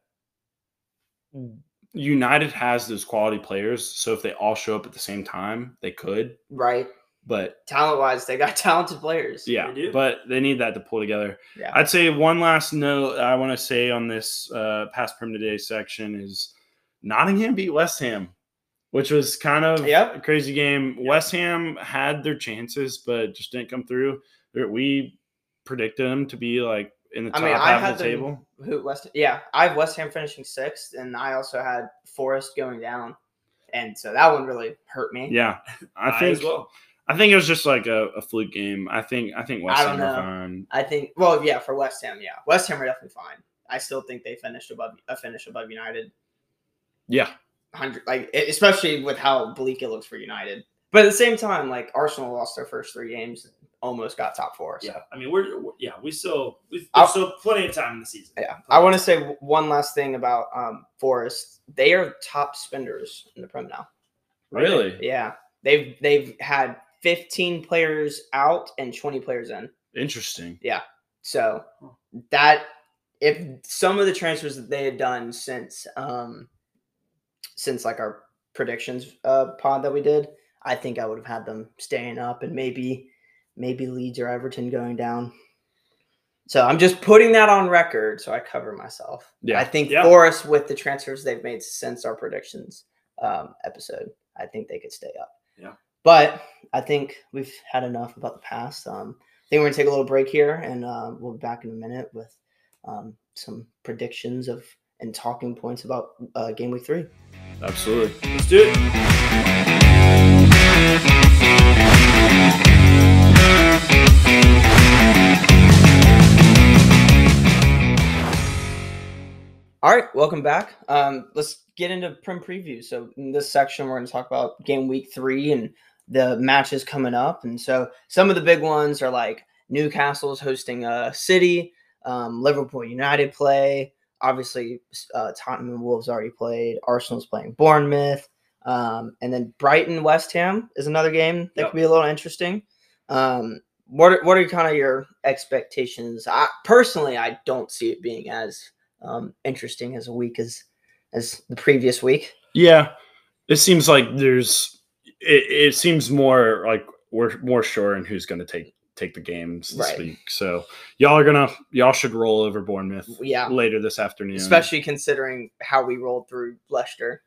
Speaker 1: United has those quality players. So if they all show up at the same time, they could.
Speaker 3: Right,
Speaker 1: But
Speaker 3: talent wise, they got talented players.
Speaker 1: yeah,
Speaker 2: do.
Speaker 1: but they need that to pull together.
Speaker 3: Yeah.
Speaker 1: I'd say one last note I want to say on this uh, past perm today section is Nottingham beat West Ham, which was kind of
Speaker 3: Yep.
Speaker 1: a crazy game. West Ham had their chances, but just didn't come through. There- We predicted them to be like in the
Speaker 3: I
Speaker 1: top
Speaker 3: mean, I
Speaker 1: half
Speaker 3: had
Speaker 1: of the
Speaker 3: them-
Speaker 1: table.
Speaker 3: Who West? Yeah, I have West Ham finishing sixth, and I also had Forest going down, and so that one really hurt me.
Speaker 1: Yeah, I
Speaker 2: I as
Speaker 1: think
Speaker 2: well.
Speaker 1: I think it was just like a, a fluke game. I think I think West
Speaker 3: I
Speaker 1: Ham
Speaker 3: don't
Speaker 1: were
Speaker 3: know.
Speaker 1: fine.
Speaker 3: I think. Well, yeah, for West Ham, yeah, West Ham are definitely fine. I still think they finished above a finish above United.
Speaker 1: Yeah,
Speaker 3: Hundred, like e- especially with how bleak it looks for United. But at the same time, like Arsenal lost their first three games, almost got top four. So.
Speaker 2: Yeah, I mean, we're, we're- yeah, we still we've,
Speaker 3: I'll-
Speaker 2: there's still plenty of time in the season.
Speaker 3: Yeah. I want to say w- one last thing about um, Forest. They are top spenders in the Prem now.
Speaker 1: really
Speaker 3: Yeah. They've they've had 15 players out and 20 players in.
Speaker 1: interesting.
Speaker 3: So that if some of the transfers that they had done since um since like our predictions uh pod that we did, I think I would have had them staying up and maybe maybe Leeds or Everton going down. So I'm just putting that on record so I cover myself.
Speaker 1: Yeah.
Speaker 3: I think
Speaker 2: Yeah.
Speaker 3: Forest with the transfers they've made since our predictions um episode, I think they could stay up.
Speaker 2: Yeah.
Speaker 3: But I think we've had enough about the past. Um I think we're gonna take a little break here, and uh, we'll be back in a minute with um, some predictions of and talking points about uh, game week three.
Speaker 1: Absolutely.
Speaker 2: Let's do it.
Speaker 3: All right, welcome back. Um, let's get into prim preview. So in this section, we're going to talk about game week three and the matches coming up. And so some of the big ones are like Newcastle's hosting uh, City, um, Liverpool United play. Obviously, s- uh, Tottenham and Wolves already played. Arsenal's playing Bournemouth, um, and then Brighton West Ham is another game that
Speaker 2: Yep.
Speaker 3: could be a little interesting. Um, what are, what are kind of your expectations? I personally, I don't see it being as um, interesting as a week as as the previous week.
Speaker 1: Yeah, it seems like there's it, it seems more like we're more sure in who's going to take take the games this
Speaker 3: Right.
Speaker 1: week. So y'all are gonna y'all should roll over Bournemouth
Speaker 3: Yeah,
Speaker 1: later this afternoon.
Speaker 3: especially considering how we rolled through Leicester.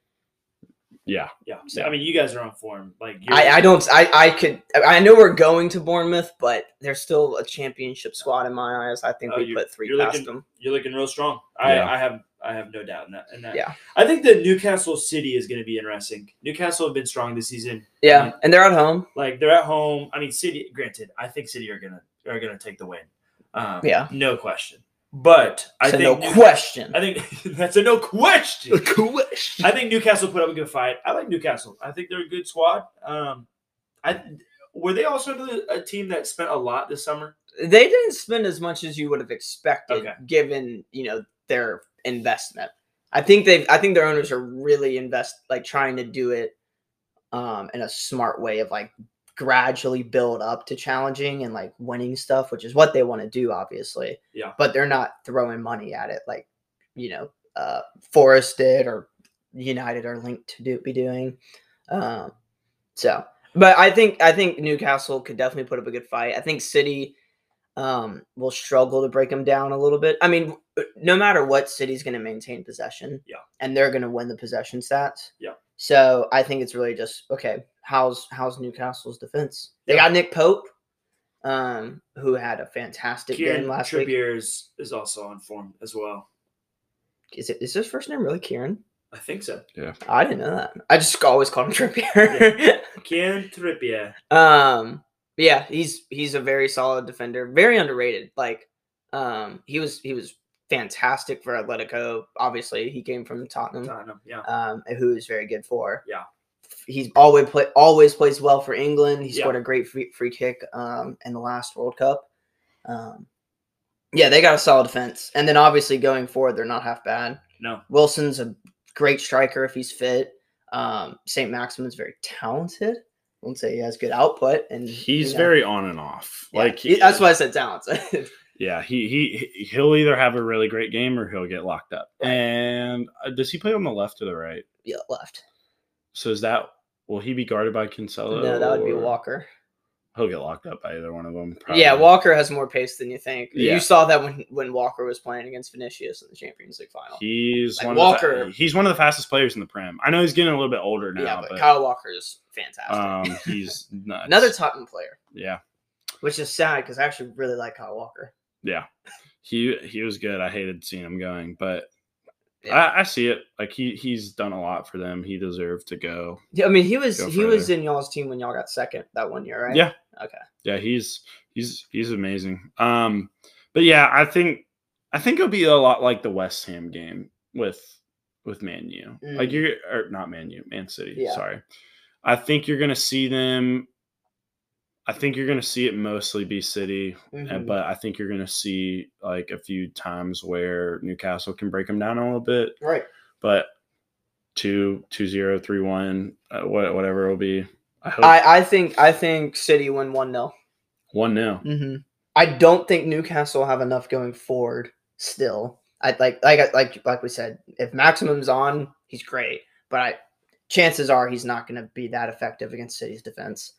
Speaker 1: yeah,
Speaker 2: Yeah. So,
Speaker 1: Yeah.
Speaker 2: I mean, you guys are on form. Like you're-
Speaker 3: I, I don't. I I could. I know we're going to Bournemouth, but there's still a championship squad in my eyes. I think
Speaker 2: Oh,
Speaker 3: we
Speaker 2: you're-
Speaker 3: put three
Speaker 2: you're
Speaker 3: past
Speaker 2: looking-
Speaker 3: them.
Speaker 2: You're looking real strong. I,
Speaker 1: Yeah.
Speaker 2: I have I have no doubt in that. In that.
Speaker 3: Yeah.
Speaker 2: I think the Newcastle City is going to be interesting. Newcastle have been strong this season.
Speaker 3: Yeah, and they're at home.
Speaker 2: Like they're at home. I mean, City. Granted, I think City are gonna are gonna take the win. Um,
Speaker 3: Yeah.
Speaker 2: No question. But I
Speaker 3: so
Speaker 2: think
Speaker 3: no
Speaker 2: Newca-
Speaker 3: question.
Speaker 2: I think that's a no question.
Speaker 1: question.
Speaker 2: I think Newcastle put up a good fight. I like Newcastle. I think they're a good squad. Um, I were they also the- a team that spent a lot this summer?
Speaker 3: they didn't spend as much as you would have expected
Speaker 2: Okay.
Speaker 3: given you know their investment i think they've i think their owners are really invest like trying to do it um in a smart way of like gradually build up to challenging and like winning stuff which is what they want to do obviously
Speaker 2: Yeah.
Speaker 3: but they're not throwing money at it like you know uh forest did or united are linked to do be doing um so but i think i think newcastle could definitely put up a good fight i think city um, will struggle to break them down a little bit. I mean, no matter what, City's going to maintain possession.
Speaker 2: Yeah.
Speaker 3: And they're going to win the possession stats.
Speaker 2: Yeah.
Speaker 3: So I think it's really just okay. How's how's Newcastle's defense? They
Speaker 2: Yeah.
Speaker 3: got Nick Pope, um, who had a fantastic
Speaker 2: Kieran
Speaker 3: game last week.
Speaker 2: Trippier is, is also on form as well.
Speaker 3: Is it is his first name really Kieran?
Speaker 2: I think so.
Speaker 3: I didn't know that. I just always called him Trippier.
Speaker 2: Kieran Trippier.
Speaker 3: Um, but yeah, he's he's a very solid defender, very underrated. Like, um, he was he was fantastic for Atletico. Obviously, he came from Tottenham,
Speaker 2: Tottenham, yeah.
Speaker 3: um, who is very good for.
Speaker 2: Yeah.
Speaker 3: He's always play, always plays well for England. He
Speaker 2: Yeah.
Speaker 3: scored a great free, free kick um, in the last World Cup. Um, yeah, they got a solid defense, and then obviously going forward, they're not half bad.
Speaker 2: No.
Speaker 3: Wilson's a great striker if he's fit. Um, Saint Maximin's very talented. I won't say he has good output, and you
Speaker 1: He's
Speaker 3: know,
Speaker 1: very on and off.
Speaker 3: yeah,
Speaker 1: Like
Speaker 3: he- that's why I said talented.
Speaker 1: Yeah, he he he'll either have a really great game or he'll get locked up.
Speaker 3: Right.
Speaker 1: And uh, does he play on the left or the right?
Speaker 3: yeah, left.
Speaker 1: So is that will he be guarded by Kinsella?
Speaker 3: no, that would be
Speaker 1: or-
Speaker 3: Walker.
Speaker 1: He'll get locked up by either one of them.
Speaker 3: Yeah, Walker has more pace than you think.
Speaker 1: Yeah.
Speaker 3: You saw that when when Walker was playing against Vinicius in the Champions League final.
Speaker 1: He's
Speaker 3: Like,
Speaker 1: one Of
Speaker 3: Walker-
Speaker 1: the, fa- he's one of the fastest players in the prem. I know he's getting a little bit older now,
Speaker 3: yeah, but,
Speaker 1: but,
Speaker 3: Kyle Walker is fantastic.
Speaker 1: um, he's nuts.
Speaker 3: Another Tottenham player,
Speaker 1: yeah,
Speaker 3: which is sad because I actually really like Kyle Walker.
Speaker 1: yeah. He he was good. I hated seeing him going, but
Speaker 3: Yeah.
Speaker 1: I, I see it. Like he he's done a lot for them. He deserved to go.
Speaker 3: Yeah, I mean, he was
Speaker 1: Go
Speaker 3: he was
Speaker 1: further.
Speaker 3: in y'all's team when y'all got second that one year, right?
Speaker 1: Yeah.
Speaker 3: Okay.
Speaker 1: Yeah, he's he's he's amazing. Um, but yeah, I think I think it'll be a lot like the West Ham game with with Man U. Like
Speaker 3: Mm.
Speaker 1: you're or not Man U, Man City.
Speaker 3: Yeah.
Speaker 1: Sorry. I think you're gonna see them. I think you're gonna see it mostly be City, and uh,
Speaker 3: Mhm.
Speaker 1: but I think you're gonna see like a few times where Newcastle can break them down a little bit.
Speaker 3: right.
Speaker 1: But two two zero three one, uh, wha- whatever it'll be. I hope
Speaker 3: I I think I think City win one 0
Speaker 1: one now.
Speaker 3: Mm-hmm. I don't think Newcastle have enough going forward. Still, I like like I- like like we said, if Maximum's on, he's great. But I, chances are he's not going to be that effective against City's defense.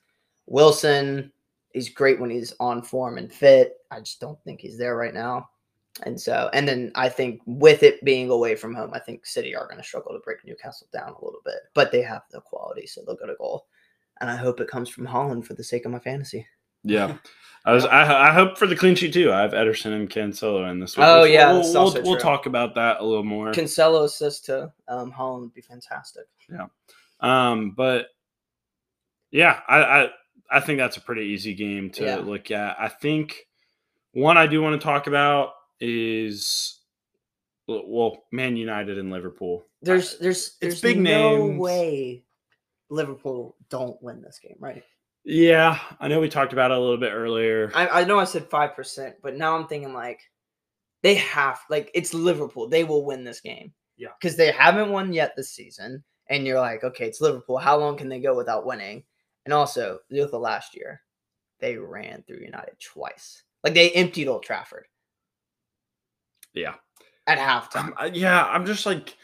Speaker 3: Wilson, he's great when he's on form and fit. I just don't think he's there right now. And so, and then I think with it being away from home, I think City are going to struggle to break Newcastle down a little bit. But they have the quality, so they'll go to goal. And I hope it comes from Holland for the sake of my fantasy.
Speaker 1: Yeah. I was. I, I hope for the clean sheet too. I have Ederson and Cancelo in this one.
Speaker 3: Oh,
Speaker 1: which
Speaker 3: yeah,
Speaker 1: we'll,
Speaker 3: that's
Speaker 1: we'll,
Speaker 3: also
Speaker 1: we'll
Speaker 3: true.
Speaker 1: talk about that a little more.
Speaker 3: Cancelo assist to um, Holland would be fantastic.
Speaker 1: Um, but yeah, I, I I think that's a pretty easy game to
Speaker 3: Yeah.
Speaker 1: look at. I think one I do want to talk about is well, Man United and Liverpool.
Speaker 3: There's there's there's
Speaker 1: uh, big
Speaker 3: no
Speaker 1: names.
Speaker 3: way Liverpool don't win this game, right?
Speaker 1: Yeah, I know we talked about it a little bit earlier.
Speaker 3: I, I know I said five percent, but now I'm thinking like they have like it's Liverpool. They will win this game.
Speaker 2: Yeah.
Speaker 3: Because they haven't won yet this season. And you're like, okay, it's Liverpool. How long can they go without winning? And also, the the last year, they ran through United twice. Like they emptied Old Trafford
Speaker 1: yeah,
Speaker 3: at halftime.
Speaker 1: Um, I- yeah. I'm just like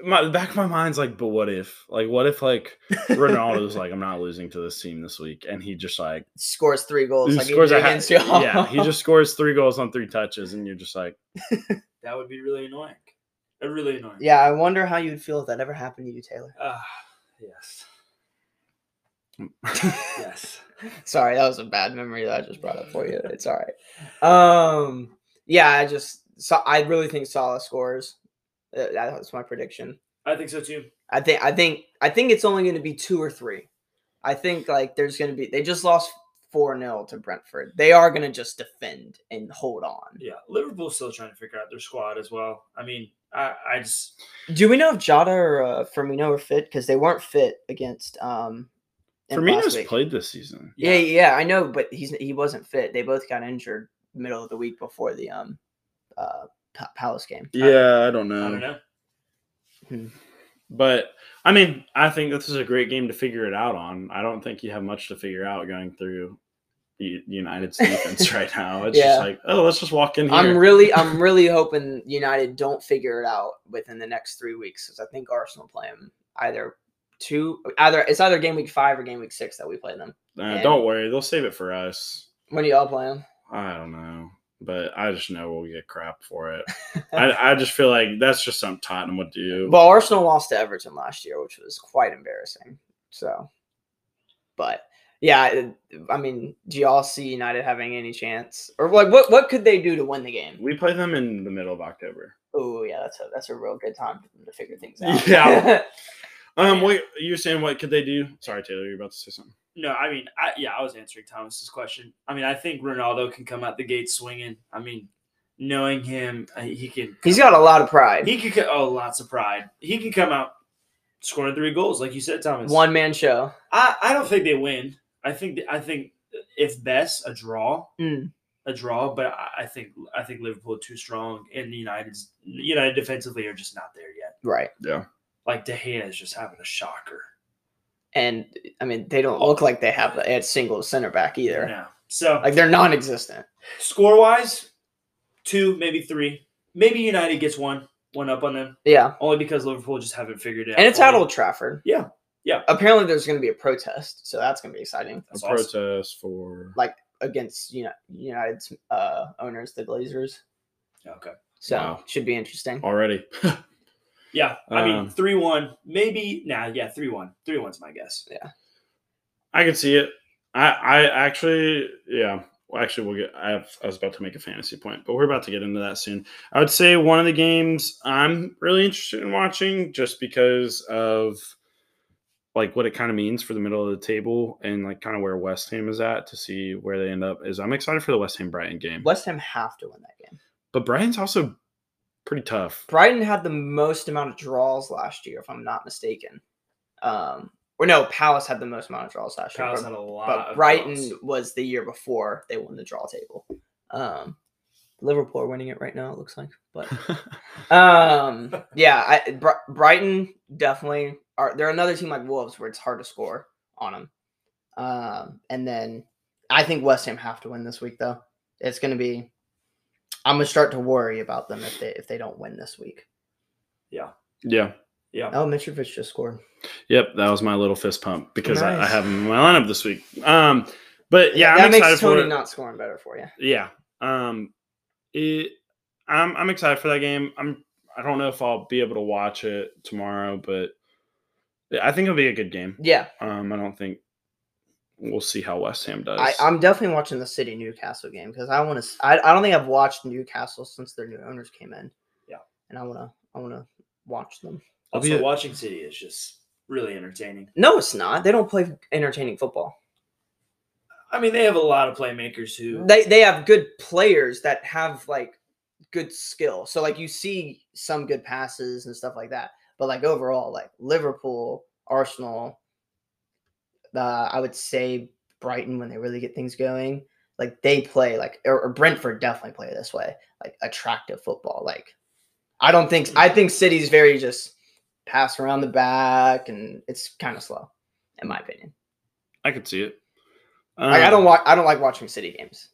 Speaker 1: my the back of my mind's like, but what if? Like, what if like Ronaldo's like, I'm not losing to this team this week, and he just like
Speaker 3: scores three goals.
Speaker 1: he
Speaker 3: like
Speaker 1: scores
Speaker 3: he
Speaker 1: a
Speaker 3: did
Speaker 1: ha-
Speaker 3: against y'all.
Speaker 1: yeah, he just scores three goals on three touches, and you're just like,
Speaker 2: That would be really annoying. Uh, Really annoying.
Speaker 3: Yeah, I wonder how you'd feel if that ever happened to you, Taylor.
Speaker 2: Ah, yes. Yes.
Speaker 3: Sorry, that was a bad memory that I just brought up for you. It's all right. Um, yeah, I just so I really think Salah scores. Uh, That's my prediction.
Speaker 2: I think so too.
Speaker 3: I think I think I think it's only going to be two or three. I think like there's going to be they just lost four 0 to Brentford. They are going to just defend and hold on.
Speaker 2: Yeah. Liverpool's still trying to figure out their squad as well. I mean, I, I just
Speaker 3: Do we know if Jota or uh, Firmino are fit? Because they weren't fit against um. in last
Speaker 1: Firmino's
Speaker 3: week.
Speaker 1: played this season.
Speaker 3: Yeah, yeah, I know, but he's he wasn't fit. They both got injured middle of the week before the um uh Pa- Palace game.
Speaker 1: Yeah, I don't know,
Speaker 2: I don't know.
Speaker 1: but I mean, I think this is a great game to figure it out on. I don't think you have much to figure out going through U- United's defense right now. It's
Speaker 3: Yeah.
Speaker 1: just like, oh, let's just walk in here.
Speaker 3: I'm really I'm really hoping United don't figure it out within the next three weeks because I think Arsenal play them either two either it's either game week five or game week six that we play them.
Speaker 1: Uh, don't worry, they'll save it for us.
Speaker 3: When do y'all play them?
Speaker 1: I don't know, but I just know we'll get crap for it. I, I just feel like that's just something Tottenham would do.
Speaker 3: Well, Arsenal lost to Everton last year, which was quite embarrassing. So, but yeah, it- I mean, do y'all see United having any chance, or like what what could they do to win the game?
Speaker 1: we play them in the middle of October.
Speaker 3: Oh yeah, that's a that's a real good time for them to figure things out.
Speaker 1: Yeah. Um, wait, you're saying what could they do? Sorry, Taylor, you're about to say something.
Speaker 2: No, I mean, I, yeah, I was answering Thomas's question. I mean, I think Ronaldo can come out the gate swinging. I mean, knowing him, I- he can.
Speaker 3: He's got a lot of pride.
Speaker 2: He could. co- Oh, lots of pride. He can come out scoring three goals, like you said, Thomas.
Speaker 3: One man show.
Speaker 2: I, I don't think they win. I think I think if best a draw,
Speaker 3: Mm.
Speaker 2: a draw. But I, I think I think Liverpool are too strong, and the United's United defensively are just not there yet.
Speaker 3: Right.
Speaker 2: Like De Gea is just having a shocker.
Speaker 3: And I mean, they don't look like they have a single center back either.
Speaker 2: now. So
Speaker 3: Like they're non existent.
Speaker 2: score wise, two maybe three. Maybe United gets one one up on them
Speaker 3: Yeah.
Speaker 2: only because Liverpool just haven't figured it out.
Speaker 3: And it's at
Speaker 2: fully.
Speaker 3: Old Trafford.
Speaker 2: Yeah. Yeah.
Speaker 3: Apparently there's gonna be a protest, so that's gonna be exciting.
Speaker 2: That's
Speaker 1: a
Speaker 2: awesome.
Speaker 1: protest for
Speaker 3: Against you know United's uh owners, the Glazers.
Speaker 2: Okay.
Speaker 3: So
Speaker 1: Wow.
Speaker 3: should be interesting.
Speaker 1: already.
Speaker 2: Yeah, I mean
Speaker 1: Um,
Speaker 2: three one, maybe nah, yeah, three one. Three one's my guess.
Speaker 1: I can see it. I, I actually, yeah. Well, actually, we'll get. I, have, I was about to make a fantasy point, but we're about to get into that soon. I would say one of the games I'm really interested in watching, just because of like what it kind of means for the middle of the table and like kind of where West Ham is at to see where they end up. Is I'm excited for the West Ham Brighton game,
Speaker 3: West Ham have to win that game.
Speaker 1: but Brighton's also pretty tough.
Speaker 3: Brighton had the most amount of draws last year, if I'm not mistaken. Um or no, Palace had the most amount of draws last year.
Speaker 2: Kyle's
Speaker 3: but-
Speaker 2: had a lot
Speaker 3: but
Speaker 2: of
Speaker 3: Brighton
Speaker 2: goals.
Speaker 3: was the year before they won the draw table. Um, Liverpool are winning it right now. It looks like, but um, yeah, I, Br- Brighton definitely are. They're another team like Wolves where it's hard to score on them. Um, and then I think West Ham have to win this week though. It's going to be. I'm gonna start to worry about them if they if they don't win this week.
Speaker 1: yeah.
Speaker 2: Yeah.
Speaker 3: Oh, Mitrovic just scored.
Speaker 1: Yep, that was my little fist pump because I, I
Speaker 3: Nice.
Speaker 1: have him in my lineup this week. Um, but yeah,
Speaker 3: that
Speaker 1: I'm excited
Speaker 3: makes
Speaker 1: for
Speaker 3: Tony
Speaker 1: it.
Speaker 3: not scoring better for you.
Speaker 1: yeah, um, it, I'm I'm excited for that game. I'm I don't know if I'll be able to watch it tomorrow, but I think it'll be a good game.
Speaker 3: Yeah,
Speaker 1: Um, I don't think we'll see how West Ham does.
Speaker 3: I, I'm definitely watching the City Newcastle game because I want to. I, I don't think I've watched Newcastle since their new owners came in.
Speaker 2: Yeah.
Speaker 3: and I want to. I want to watch them.
Speaker 1: I'll be
Speaker 2: also
Speaker 1: a-
Speaker 2: watching City is just really entertaining.
Speaker 3: No, it's not. They don't play entertaining football.
Speaker 2: I mean, they have a lot of playmakers who
Speaker 3: They they have good players that have like good skill. So like you see some good passes and stuff like that. But like overall, like Liverpool, Arsenal, uh, I would say Brighton when they really get things going. Like they play like or, or Brentford definitely play this way, like attractive football. Like I don't think I think City's very just pass around the back and it's kind of slow, in my opinion.
Speaker 1: I could see it.
Speaker 3: Like, I don't
Speaker 1: Um,
Speaker 3: wa- I don't like watching City games.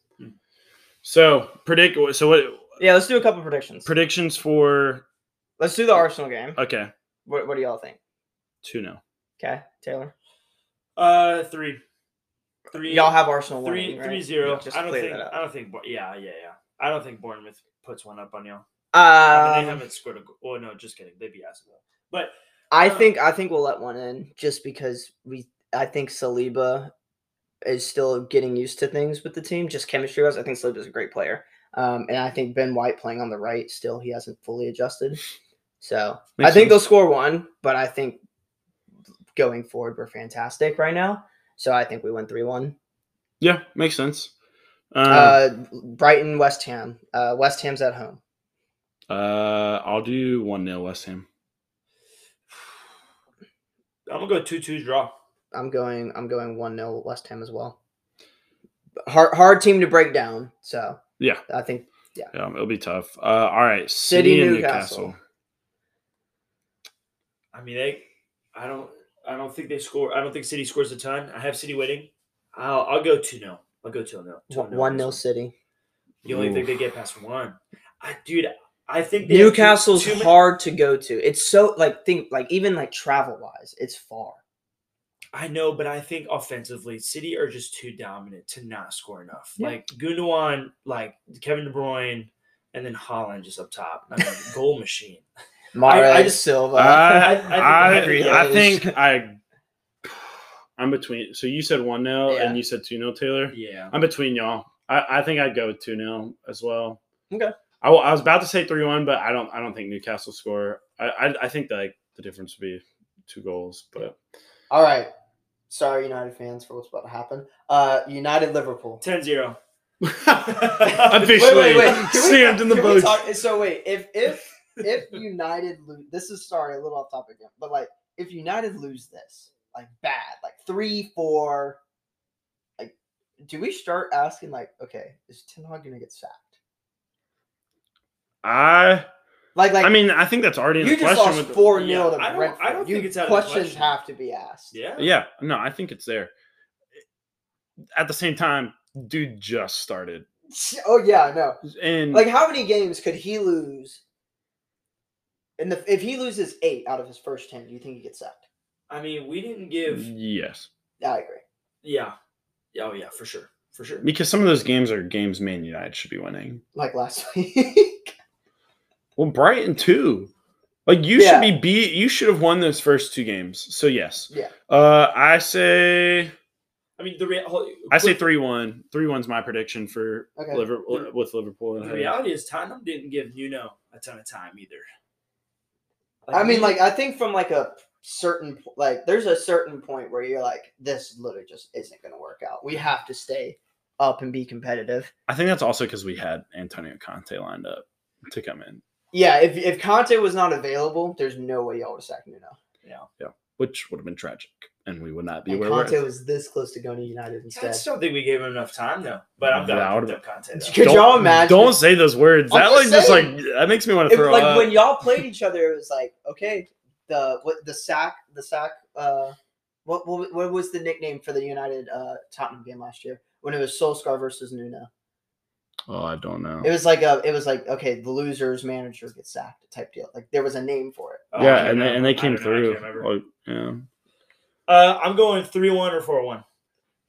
Speaker 1: So predict. So what
Speaker 3: Yeah, let's do a couple predictions.
Speaker 1: predictions for?
Speaker 3: let's do the Arsenal game.
Speaker 1: Okay,
Speaker 3: What, what do y'all think?
Speaker 1: two no.
Speaker 3: Okay, Taylor.
Speaker 2: uh three. Three
Speaker 3: Y'all have Arsenal
Speaker 2: three
Speaker 3: winning, right?
Speaker 2: three zero.
Speaker 3: Just
Speaker 2: I don't
Speaker 3: clear
Speaker 2: think
Speaker 3: that up.
Speaker 2: I don't think Bo- yeah, yeah, yeah. I don't think Bournemouth puts one up on y'all. I mean, they
Speaker 3: Um,
Speaker 2: haven't scored a goal. Oh no, just kidding. They'd be asking But
Speaker 3: I
Speaker 2: uh,
Speaker 3: think I think we'll let one in just because we I think Saliba is still getting used to things with the team, just chemistry wise. I think Saliba's a great player. Um, and I think Ben White playing on the right still he hasn't fully adjusted. So I
Speaker 1: Makes
Speaker 3: think
Speaker 1: sense.
Speaker 3: they'll score one, but I think going forward we're fantastic right now. So I think we win three one.
Speaker 1: Yeah, makes sense. Um,
Speaker 3: Uh, Brighton, West Ham. Uh, West Ham's at home.
Speaker 1: uh, I'll do one 0 West Ham.
Speaker 2: I'm gonna go two two draw.
Speaker 3: I'm going. I'm going one 0 West Ham as well. Hard, hard team to break down. So
Speaker 1: Yeah.
Speaker 3: I think
Speaker 1: Yeah, it'll be tough. Uh, all right,
Speaker 3: City,
Speaker 1: City, and
Speaker 3: Newcastle.
Speaker 1: Newcastle.
Speaker 2: I mean, they. I don't. I don't think they score. I don't think City scores a ton. I have City winning. I'll. I'll go two 0 I'll go two 0
Speaker 3: one 0 City.
Speaker 2: You only think they get past one? I dude. I think they have too-
Speaker 3: Newcastle's
Speaker 2: too many-
Speaker 3: hard to go to. It's so like think like even like travel wise, it's far.
Speaker 2: I know, but I think offensively, City are just too dominant to not score enough.
Speaker 3: Yeah.
Speaker 2: Like Gundogan, like Kevin De Bruyne, and then Holland just up top. I mean, goal machine.
Speaker 3: Mares,
Speaker 2: just-
Speaker 3: Silva.
Speaker 1: I,
Speaker 2: I- I
Speaker 1: I,
Speaker 2: think-
Speaker 1: I think I. I'm between. So you said one 0
Speaker 3: Yeah.
Speaker 1: and you said two 0 Taylor.
Speaker 2: Yeah.
Speaker 1: I'm between y'all. I, I think I'd go with two 0 as well.
Speaker 3: Okay.
Speaker 1: I, wa- I was about to say three one, but I don't. I don't think Newcastle score. I I, I think that like, the difference would be two goals. But
Speaker 3: All right. Sorry, United fans, for what's about to happen. Uh, United Liverpool.
Speaker 2: 10 0.
Speaker 1: Officially
Speaker 3: wait, wait, wait. Can we-
Speaker 1: stamped in the
Speaker 3: can we
Speaker 1: book.
Speaker 3: talk- so wait, if if if United lose, this is sorry, a little off topic, again, but like if United lose this, like bad, like three, four, like do we start asking like, okay, is Ten Hag gonna get sacked?
Speaker 1: I
Speaker 3: Like, like
Speaker 1: I mean, I think that's already in
Speaker 3: you
Speaker 1: the
Speaker 3: just
Speaker 1: question.
Speaker 3: lost
Speaker 1: with the-
Speaker 3: four
Speaker 2: Yeah,
Speaker 3: nil
Speaker 2: I
Speaker 3: to
Speaker 2: don't-
Speaker 3: Brentford.
Speaker 2: I don't
Speaker 3: You-
Speaker 2: think it's out of the
Speaker 3: questions
Speaker 2: question.
Speaker 3: have to be asked.
Speaker 2: yeah.
Speaker 1: yeah, no, I think it's there. At the same time, dude just started,
Speaker 3: Oh yeah, no.
Speaker 1: and
Speaker 3: Like how many games could he lose? In the if he loses eight out of his first ten, do you think he gets sacked?
Speaker 2: I mean, we didn't
Speaker 1: Mm.
Speaker 2: give.
Speaker 1: yes,
Speaker 3: I agree.
Speaker 2: Yeah. Yeah, Oh, yeah, for sure. For sure.
Speaker 1: because some of those games are games Man United should be winning.
Speaker 3: Like last week.
Speaker 1: Well, Brighton too. Like you should
Speaker 3: Yeah.
Speaker 1: be beat. You should have won those first two games. So yes,
Speaker 3: yeah.
Speaker 1: uh, I say
Speaker 2: I mean, the rea- hold-
Speaker 1: I say
Speaker 2: quick-
Speaker 1: three one. Three one's my prediction for
Speaker 3: Okay.
Speaker 1: Liverpool with Liverpool.
Speaker 2: the
Speaker 1: And
Speaker 2: reality is Tottenham didn't give Nuno a ton of time either.
Speaker 3: I mean, like, I think from like a certain p- like, there's a certain point where you're like, this literally just isn't going to work out. We have to stay up and be competitive.
Speaker 1: I think that's also because we had Antonio Conte lined up to come in,
Speaker 3: Yeah, if if Conte was not available, there's no way y'all would have sacked Nuno.
Speaker 1: which would have been tragic, and we would not be
Speaker 3: And
Speaker 1: where
Speaker 3: Conte
Speaker 1: we're. at.
Speaker 3: was this close to going to United
Speaker 2: I
Speaker 3: instead.
Speaker 2: just don't think we gave him enough time though. But I'm glad
Speaker 1: Yeah, I
Speaker 2: I would
Speaker 1: would've-
Speaker 2: have content.
Speaker 3: Could
Speaker 1: Don't-
Speaker 3: y'all imagine?
Speaker 1: Don't say those words.
Speaker 3: I'm
Speaker 1: that like
Speaker 3: just
Speaker 1: just like
Speaker 3: saying.
Speaker 1: that makes me want to
Speaker 3: It-
Speaker 1: throw
Speaker 3: like
Speaker 1: up.
Speaker 3: when y'all played each other, it was like, okay, the what the sack, the sack. Uh, what, what what was the nickname for the United uh Tottenham game last year when it was Solskjaer versus Nuno?
Speaker 1: oh, I don't know.
Speaker 3: It was like a, it was like okay, the loser's manager gets sacked type deal. Like there was a name for it.
Speaker 1: yeah, and they, and they came through. Like, yeah.
Speaker 2: Uh, I'm going three one or four one.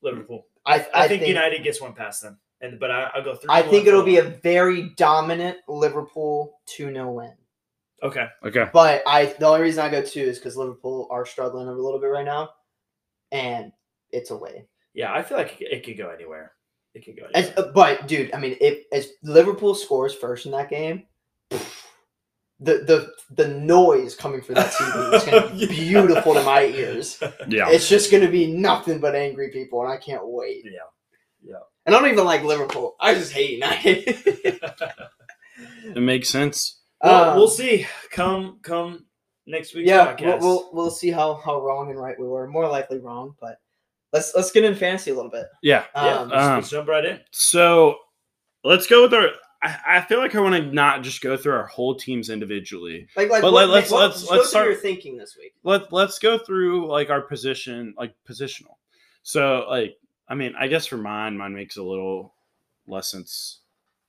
Speaker 2: Liverpool.
Speaker 3: I,
Speaker 2: I, think, United gets one past them, and but I, I'll go three.
Speaker 3: I think it'll be a very dominant Liverpool two 0 win.
Speaker 2: okay.
Speaker 1: Okay.
Speaker 3: But I the only reason I go two is because Liverpool are struggling a little bit right now, and it's away.
Speaker 2: Yeah, I feel like it, it could go anywhere. It could go.
Speaker 3: As,
Speaker 2: Anywhere.
Speaker 3: uh, but dude, I mean, if as Liverpool scores first in that game, the the the noise coming from that TV is gonna be
Speaker 2: Yeah.
Speaker 3: beautiful to my ears.
Speaker 1: Yeah.
Speaker 3: It's just gonna be nothing but angry people, and I can't wait.
Speaker 2: Yeah.
Speaker 3: And I don't even like Liverpool. I just hate United.
Speaker 1: It makes sense.
Speaker 2: Well,
Speaker 3: Um,
Speaker 2: we'll see. Come come next week's
Speaker 3: Yeah, we'll,
Speaker 2: podcast.
Speaker 3: we'll we'll see how how wrong and right we were. More likely wrong, but let's let's get in fantasy a little bit.
Speaker 1: Yeah.
Speaker 2: yeah,
Speaker 3: Um,
Speaker 2: let's,
Speaker 1: um,
Speaker 2: let's jump right in.
Speaker 1: So let's go with our. I, I feel like I want to not just go through our whole teams individually.
Speaker 3: like like
Speaker 1: but
Speaker 3: what,
Speaker 1: let- let's-
Speaker 3: what-
Speaker 1: let's-
Speaker 3: go
Speaker 1: let's
Speaker 3: through
Speaker 1: start-
Speaker 3: your thinking this week.
Speaker 1: Let Let's go through like our position, like positional. So like, I mean, I guess for mine, mine makes a little less sense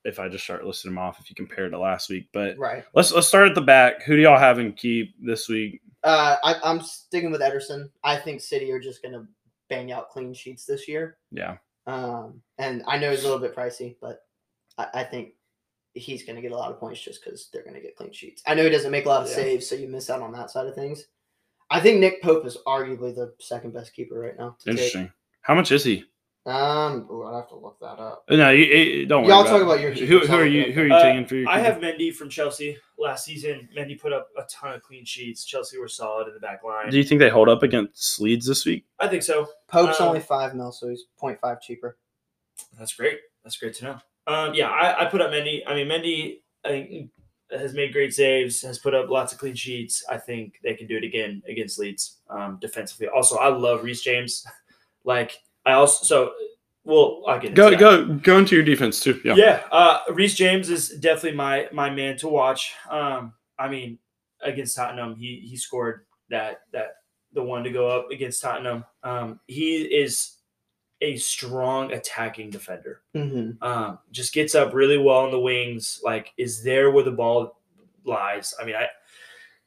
Speaker 1: if I just start listing them off if you compare it to last week. But
Speaker 3: Right.
Speaker 1: let's let's start at the back. Who do y'all have in keep this week?
Speaker 3: Uh, I, I'm sticking with Ederson. I think City are just gonna bang out clean sheets this year.
Speaker 1: Yeah.
Speaker 3: Um, and I know he's a little bit pricey, but I, I think he's gonna get a lot of points just because they're gonna get clean sheets. I know he doesn't make a lot of
Speaker 2: Yeah.
Speaker 3: saves, so you miss out on that side of things. I think Nick Pope is arguably the second best keeper right now. to take.
Speaker 1: Interesting. How much is he? Uh,
Speaker 3: Um, ooh, I'd have to look that up.
Speaker 1: No, you, you- don't worry.
Speaker 3: Y'all
Speaker 1: about
Speaker 3: talk
Speaker 1: it.
Speaker 3: about your
Speaker 1: Who,
Speaker 3: keepers.
Speaker 1: who are
Speaker 3: I'll
Speaker 1: you?
Speaker 3: look
Speaker 1: Who are
Speaker 3: at
Speaker 1: you
Speaker 2: that.
Speaker 1: taking for your?
Speaker 2: I
Speaker 1: keeper?
Speaker 2: have Mendy from Chelsea last season. Mendy put up a ton of clean sheets. Chelsea were solid in the back line.
Speaker 1: Do you think they hold up against Leeds this week?
Speaker 2: I think so.
Speaker 3: Pope's
Speaker 2: Um,
Speaker 3: only five mil, so he's 0.5 cheaper.
Speaker 2: That's great. That's great to know. Um, yeah, I, I put up Mendy. I mean, Mendy I think, has made great saves, has put up lots of clean sheets. I think they can do it again against Leeds um, defensively. Also, I love Reese James. Like, I also, so, well, I can
Speaker 1: Go go go into your defense too. Yeah.
Speaker 2: Yeah, uh, Reese James is definitely my my man to watch. Um, I mean, against Tottenham, he he scored that that the one to go up against Tottenham. Um, he is a strong attacking defender.
Speaker 3: Mm-hmm.
Speaker 2: Um, just gets up really well on the wings. Like is there where the ball lies. I mean, I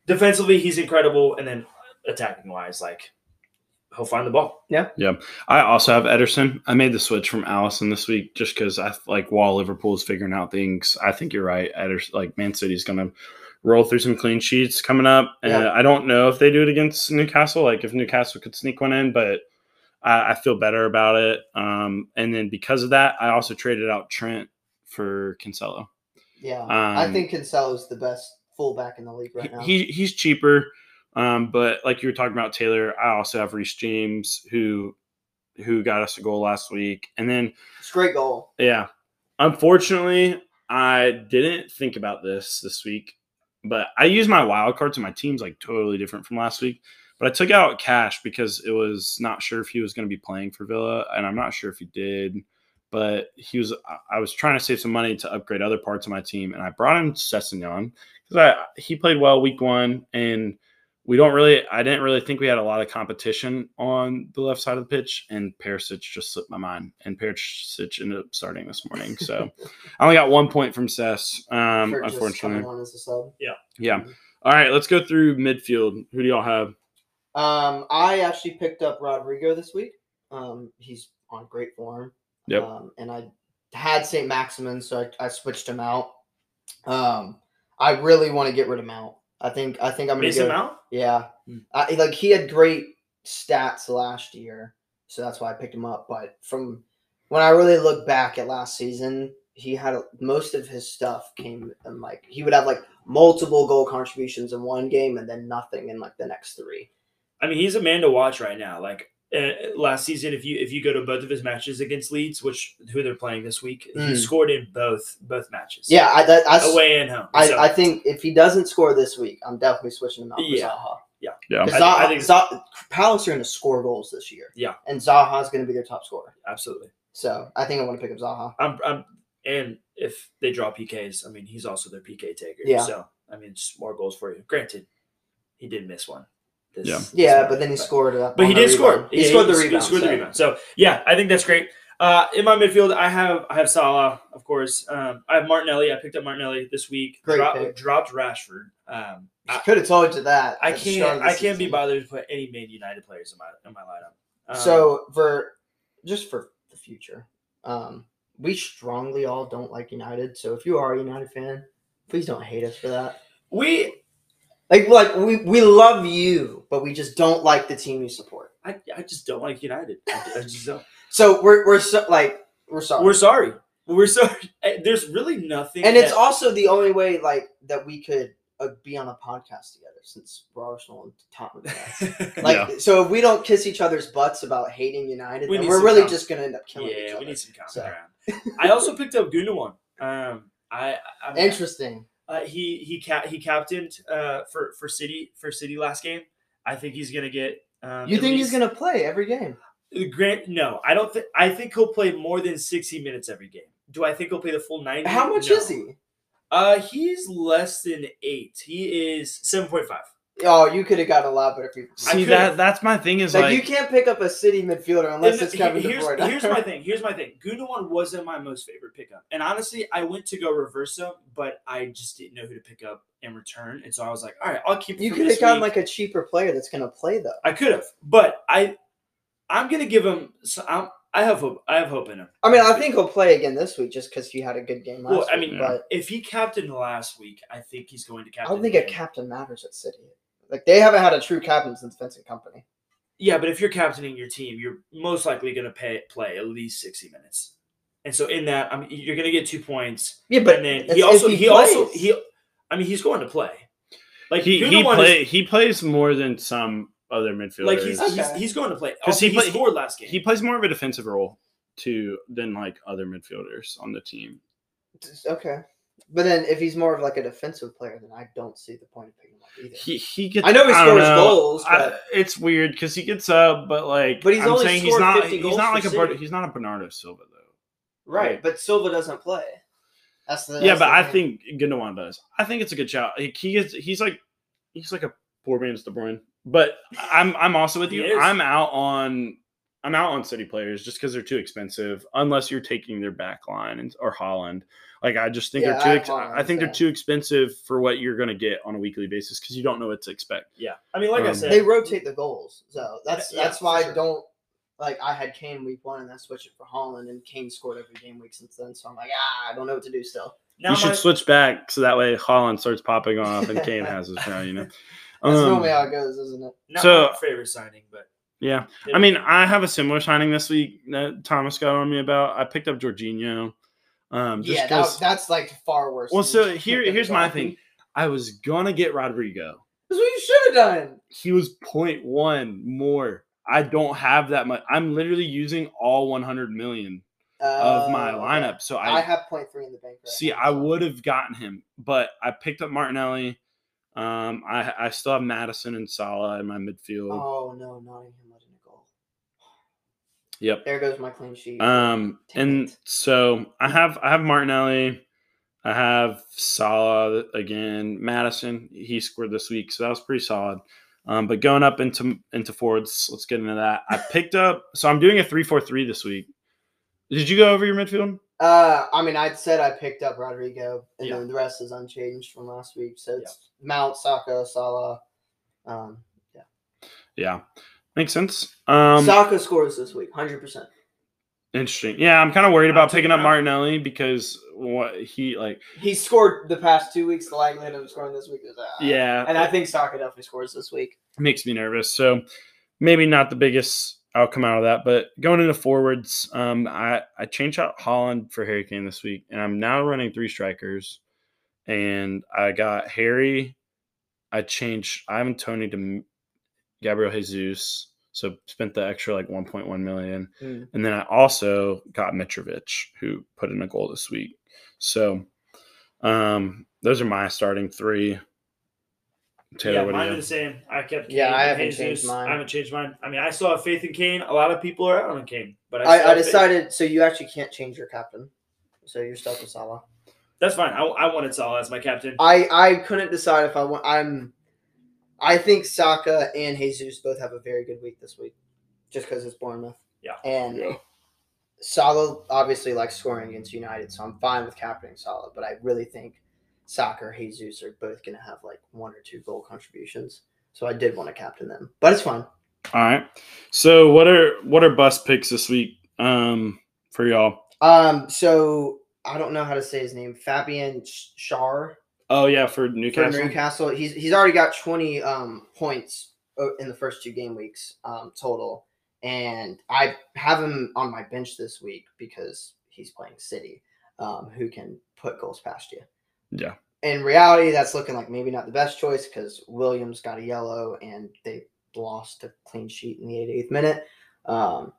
Speaker 2: defensively he's incredible, and then attacking wise, like he'll find the ball.
Speaker 1: I also have Ederson. I made the switch from Allison this week just because I like while Liverpool's figuring out things. I think you're right. Ederson, like Man City's gonna roll through some clean sheets coming up, and
Speaker 3: Yeah.
Speaker 1: I don't know if they do it against Newcastle. Like if Newcastle could sneak one in, but I, I feel better about it. Um, and then because of that, I also traded out Trent for Cancelo.
Speaker 3: Yeah,
Speaker 1: Um,
Speaker 3: I think Cancelo's the best fullback in the league right now.
Speaker 1: he he's cheaper. Um, but like you were talking about Taylor, I also have Reese James who who got us a goal last week. And then
Speaker 3: it's a great goal.
Speaker 1: yeah, Unfortunately, I didn't think about this this week, but I used my wild card to my team's like totally different from last week. But I took out Cash because it was not sure if he was going to be playing for Villa, and I'm not sure if he did. But he was. I- I was trying to save some money to upgrade other parts of my team, and I brought in Cessignon because I he played well week one, and we don't really. I didn't really think we had a lot of competition on the left side of the pitch, and Perisic just slipped my mind, and Perisic ended up starting this morning. So I only got one point from Cess, um,
Speaker 3: For just
Speaker 1: unfortunately.
Speaker 3: coming on as a sub.
Speaker 1: Yeah. All right, let's go through midfield. Who do y'all have?
Speaker 3: Um, I actually picked up Rodrigo this week. Um, he's on great form.
Speaker 1: Yep.
Speaker 3: Um, and I had St. Maximin, so I, I switched him out. Um, I really want to get rid of Mount. I think I think I'm gonna
Speaker 2: Mason
Speaker 3: go.
Speaker 2: Mount?
Speaker 3: Yeah.
Speaker 2: Hmm.
Speaker 3: I, like he had great stats last year, so that's why I picked him up. But from when I really look back at last season, he had a, most of his stuff came and like he would have like multiple goal contributions in one game and then nothing in like the next three.
Speaker 2: I mean, he's a man to watch right now. Like uh, last season, if you if you go to both of his matches against Leeds, which who they're playing this week, he
Speaker 3: Mm.
Speaker 2: scored in both both matches.
Speaker 3: Yeah, I that, I, s-
Speaker 2: away and home.
Speaker 3: I,
Speaker 2: oh, So,
Speaker 3: I think if he doesn't score this week, I'm definitely switching him out for
Speaker 2: Yeah.
Speaker 3: Zaha.
Speaker 1: Yeah.
Speaker 3: 'Cause
Speaker 2: I-
Speaker 3: Zaha,
Speaker 2: I think-
Speaker 3: Zaha- Palace are going to score goals this year.
Speaker 2: Yeah.
Speaker 3: and Zaha's going to be their top scorer.
Speaker 2: absolutely.
Speaker 3: So I think I want to pick up Zaha.
Speaker 2: I'm, I'm and if they draw PKs, I mean, he's also their PK taker.
Speaker 3: Yeah.
Speaker 2: So I mean, just more goals for you. Granted, he did miss one. This,
Speaker 1: Yeah.
Speaker 2: this
Speaker 3: Yeah,
Speaker 2: morning,
Speaker 3: but then he scored. uh,
Speaker 2: But
Speaker 3: on
Speaker 2: he
Speaker 3: the
Speaker 2: did score.
Speaker 3: rebound. He scored the
Speaker 2: sc-
Speaker 3: rebound.
Speaker 2: scored the
Speaker 3: so-
Speaker 2: rebound. So yeah, I think that's great. Uh, in my midfield, I have I have Salah, of course. Um, I have Martinelli. I picked up Martinelli this week.
Speaker 3: Great
Speaker 2: Drop-
Speaker 3: pick.
Speaker 2: dropped Rashford. Um,
Speaker 3: I
Speaker 2: I,
Speaker 3: could have told you that.
Speaker 2: I
Speaker 3: at the start
Speaker 2: can't
Speaker 3: of the
Speaker 2: I can't be
Speaker 3: season.
Speaker 2: bothered to put any Man United players in my in my lineup. Um,
Speaker 3: so for just for the future, um, we strongly all don't like United. So if you are a United fan, please don't hate us for that.
Speaker 2: we
Speaker 3: Like, like we we love you, but we just don't like the team you support.
Speaker 2: I, I just don't like United. I, I just don't.
Speaker 3: So we're we're so, like we're sorry.
Speaker 2: We're sorry. We're sorry. Eh, There's really nothing.
Speaker 3: and it's
Speaker 2: that-
Speaker 3: also the only way like that we could uh, be on a podcast together since we're Arsenal and Tottenham. fans. Like, so if we don't kiss each other's butts about hating United,
Speaker 2: We
Speaker 3: then
Speaker 2: need
Speaker 3: we're
Speaker 2: some
Speaker 3: really
Speaker 2: com-
Speaker 3: just gonna end up killing each
Speaker 2: yeah,
Speaker 3: other.
Speaker 2: we need some common
Speaker 3: So.
Speaker 2: ground. I also picked up Gundogan. Um, I, I, I
Speaker 3: Interesting.
Speaker 2: Uh, he he ca- he captained uh, for for City for City last game. I think he's gonna get. Um,
Speaker 3: You
Speaker 2: at
Speaker 3: think he's
Speaker 2: least-
Speaker 3: gonna play every game?
Speaker 2: Grant, no, I don't think. I think he'll play more than sixty minutes every game. Do I think he'll play the full ninety?
Speaker 3: How much
Speaker 2: No.
Speaker 3: is he?
Speaker 2: Uh, he's less than eight. He is seven point five.
Speaker 3: Oh, you could have got a lot better people.
Speaker 1: See
Speaker 2: could've-
Speaker 1: that that's my thing is
Speaker 3: like,
Speaker 1: like,
Speaker 3: you can't pick up a city midfielder unless
Speaker 2: And
Speaker 3: it's Kevin De
Speaker 2: here's,
Speaker 3: Bruyne.
Speaker 2: here's my thing. Here's my thing. Gundogan wasn't my most favorite pickup, and honestly, I went to go reverse him, but I just didn't know who to pick up in return, and so I was like, all right, I'll keep. it
Speaker 3: you
Speaker 2: for
Speaker 3: could
Speaker 2: this
Speaker 3: have gotten
Speaker 2: week.
Speaker 3: like a cheaper player that's gonna play though.
Speaker 2: I could have, but I, I'm gonna give him. So I'm, I have hope. I have hope in him.
Speaker 3: I mean, I think he'll play again this week just because he had a good game last
Speaker 2: Well, I
Speaker 3: week,
Speaker 2: mean,
Speaker 3: but
Speaker 2: if he captained last week, I think he's going to
Speaker 3: I
Speaker 2: captain.
Speaker 3: don't think a
Speaker 2: again.
Speaker 3: captain matters at City. Like they haven't had a true captain since Vincent Company.
Speaker 2: Yeah, but if you're captaining your team, you're most likely going to pay, play at least sixty minutes, and so in that, I mean, you're going to get two points,
Speaker 3: Yeah,
Speaker 2: and then he also he, also he, I mean, he's going to play. Like
Speaker 1: he
Speaker 2: Gundogan
Speaker 1: he
Speaker 2: is-
Speaker 1: play, he plays more than some other midfielders.
Speaker 2: like he's, he's
Speaker 3: Okay.
Speaker 2: he's going to play
Speaker 1: 'Cause he
Speaker 2: Also, he,
Speaker 1: play-
Speaker 2: scored last game.
Speaker 1: he plays more of a defensive role too than like other midfielders on the team.
Speaker 3: okay, but then if he's more of like a defensive player, then I don't see the point of picking him up either.
Speaker 1: He he gets
Speaker 3: I know he
Speaker 1: don't
Speaker 3: scores
Speaker 1: know.
Speaker 3: goals,
Speaker 1: I-
Speaker 3: but-
Speaker 1: it's weird because he gets up, but like
Speaker 3: But he's
Speaker 1: I'm
Speaker 3: only
Speaker 1: saying he's
Speaker 3: scored
Speaker 1: not
Speaker 3: 50
Speaker 1: he's
Speaker 3: goals
Speaker 1: not
Speaker 3: for
Speaker 1: like a Bernardo,
Speaker 3: City.
Speaker 1: he's not a Bernardo Silva though.
Speaker 3: Right, but Silva doesn't play. That's the
Speaker 1: yeah,
Speaker 3: that's
Speaker 1: but
Speaker 3: the
Speaker 1: I
Speaker 3: thing.
Speaker 1: think Gundogan does. I think it's a good shout. Like, He is he's like he's like a poor man's De Bruyne. But I'm I'm also with
Speaker 2: He
Speaker 1: you.
Speaker 2: is.
Speaker 1: I'm out on I'm out on city players just because they're too expensive. Unless you're taking their back line and, or Holland. Like I just think
Speaker 3: Yeah,
Speaker 1: they're too
Speaker 3: I
Speaker 1: ex-
Speaker 3: follow
Speaker 1: I think they're
Speaker 3: that.
Speaker 1: too expensive for what you're gonna get on a weekly basis because you don't know what to expect.
Speaker 2: yeah, I mean, like I
Speaker 1: Um,
Speaker 2: said,
Speaker 3: they rotate the goals, so that's
Speaker 2: Yeah,
Speaker 3: that's
Speaker 2: for
Speaker 3: why
Speaker 2: sure.
Speaker 3: I don't like. I had Kane week one, and I switched it for Holland, and Kane scored every game week since then. So I'm like, ah, I don't know what to do still.
Speaker 2: Now
Speaker 1: you should
Speaker 2: my-
Speaker 1: switch back so that way Holland starts popping off and Kane has his now, you know.
Speaker 3: That's
Speaker 1: Um,
Speaker 3: normally how it goes, isn't it?
Speaker 2: not
Speaker 1: so-
Speaker 2: my favorite signing, but
Speaker 1: yeah. I mean, I have a similar signing this week that Thomas got on me about. I picked up Jorginho. Um, just
Speaker 3: yeah,
Speaker 1: 'cause-
Speaker 3: that, that's like far worse.
Speaker 1: well,
Speaker 3: than-
Speaker 1: so here,
Speaker 3: than
Speaker 1: here's my
Speaker 3: Gundogan.
Speaker 1: thing. I was gonna get Rodrigo.
Speaker 3: That's what you should have done.
Speaker 1: He was 0.1 more. I don't have that much. I'm literally using all 100 million. of
Speaker 3: Uh,
Speaker 1: my
Speaker 3: okay.
Speaker 1: lineup. So
Speaker 3: I,
Speaker 1: I,
Speaker 3: have point three in the bank. Right
Speaker 1: see
Speaker 3: now,
Speaker 1: I
Speaker 3: so-
Speaker 1: would have gotten him, but I picked up Martinelli. Um, I I still have Madison and Salah in my midfield.
Speaker 3: Oh no, Nottingham letting a goal.
Speaker 1: Yep.
Speaker 3: There goes my clean sheet.
Speaker 1: Um,
Speaker 3: Dang
Speaker 1: and
Speaker 3: it.
Speaker 1: so I have I have Martinelli, I have Salah again. Madison he scored this week, so that was pretty solid. Um, but going up into into forwards, let's get into that. I picked up, so I'm doing a three four three this week. Did you go over your midfield?
Speaker 3: Uh, I mean, I said I picked up Rodrigo, and
Speaker 1: Yeah.
Speaker 3: then the rest is unchanged from last week. So
Speaker 1: Yeah.
Speaker 3: it's Mount, Saka, Salah. Um,
Speaker 1: Yeah, makes sense. Um,
Speaker 3: Saka scores this week, hundred percent.
Speaker 1: interesting. Yeah, I'm kind of worried
Speaker 2: I'll
Speaker 1: about
Speaker 2: take
Speaker 1: picking up
Speaker 2: that.
Speaker 1: Martinelli because what he like.
Speaker 3: He scored the past two weeks. The likelihood of him scoring this week is uh,
Speaker 1: Yeah,
Speaker 3: and I think Saka definitely scores this week.
Speaker 1: makes me nervous. So maybe not the biggest outcome out of that, but going into forwards, um, I I changed out Holland for Harry Kane this week, and I'm now running three strikers, and I got Harry. I changed Ivan Tony to M- Gabriel Jesus, so spent the extra like 1.1 million,
Speaker 2: Hmm.
Speaker 3: Mm.
Speaker 1: and then I also got Mitrovic, who put in a goal this week. So, um, those are my starting three. Taylor,
Speaker 2: yeah,
Speaker 1: what do you
Speaker 2: mine are the
Speaker 1: have?
Speaker 2: same. I kept.
Speaker 3: Yeah,
Speaker 2: Kane
Speaker 3: I
Speaker 2: and
Speaker 3: haven't changed mine.
Speaker 2: I haven't changed mine. I mean, I still have faith in Kane. A lot of people are out on Kane, but I, still
Speaker 3: I, I
Speaker 2: have faith.
Speaker 3: decided. So you actually can't change your captain. So you're stuck with Salah.
Speaker 2: that's fine. I, I wanted Salah as my captain.
Speaker 3: I I couldn't decide if I want. I'm. I think Saka and Jesus both have a very good week this week, just because it's Bournemouth.
Speaker 2: Yeah.
Speaker 3: And
Speaker 1: Yeah.
Speaker 3: Salah obviously likes scoring against United, so I'm fine with captaining Salah. But I really think Saka or Jesus are both going to have like one or two goal contributions. So I did want to captain them, but it's fine.
Speaker 1: All right. So what are what are bus picks this week um for y'all?
Speaker 3: Um. So I don't know how to say his name. Fabian Schar.
Speaker 1: Oh yeah, for Newcastle.
Speaker 3: For Newcastle, he's he's already got 20 um, points uh, in the first two game weeks um, total, and I have him on my bench this week because he's playing City, um, who can put goals past you.
Speaker 1: Yeah.
Speaker 3: In reality, that's looking like maybe not the best choice because Williams got a yellow and they lost a clean sheet in the 88th minute. Um,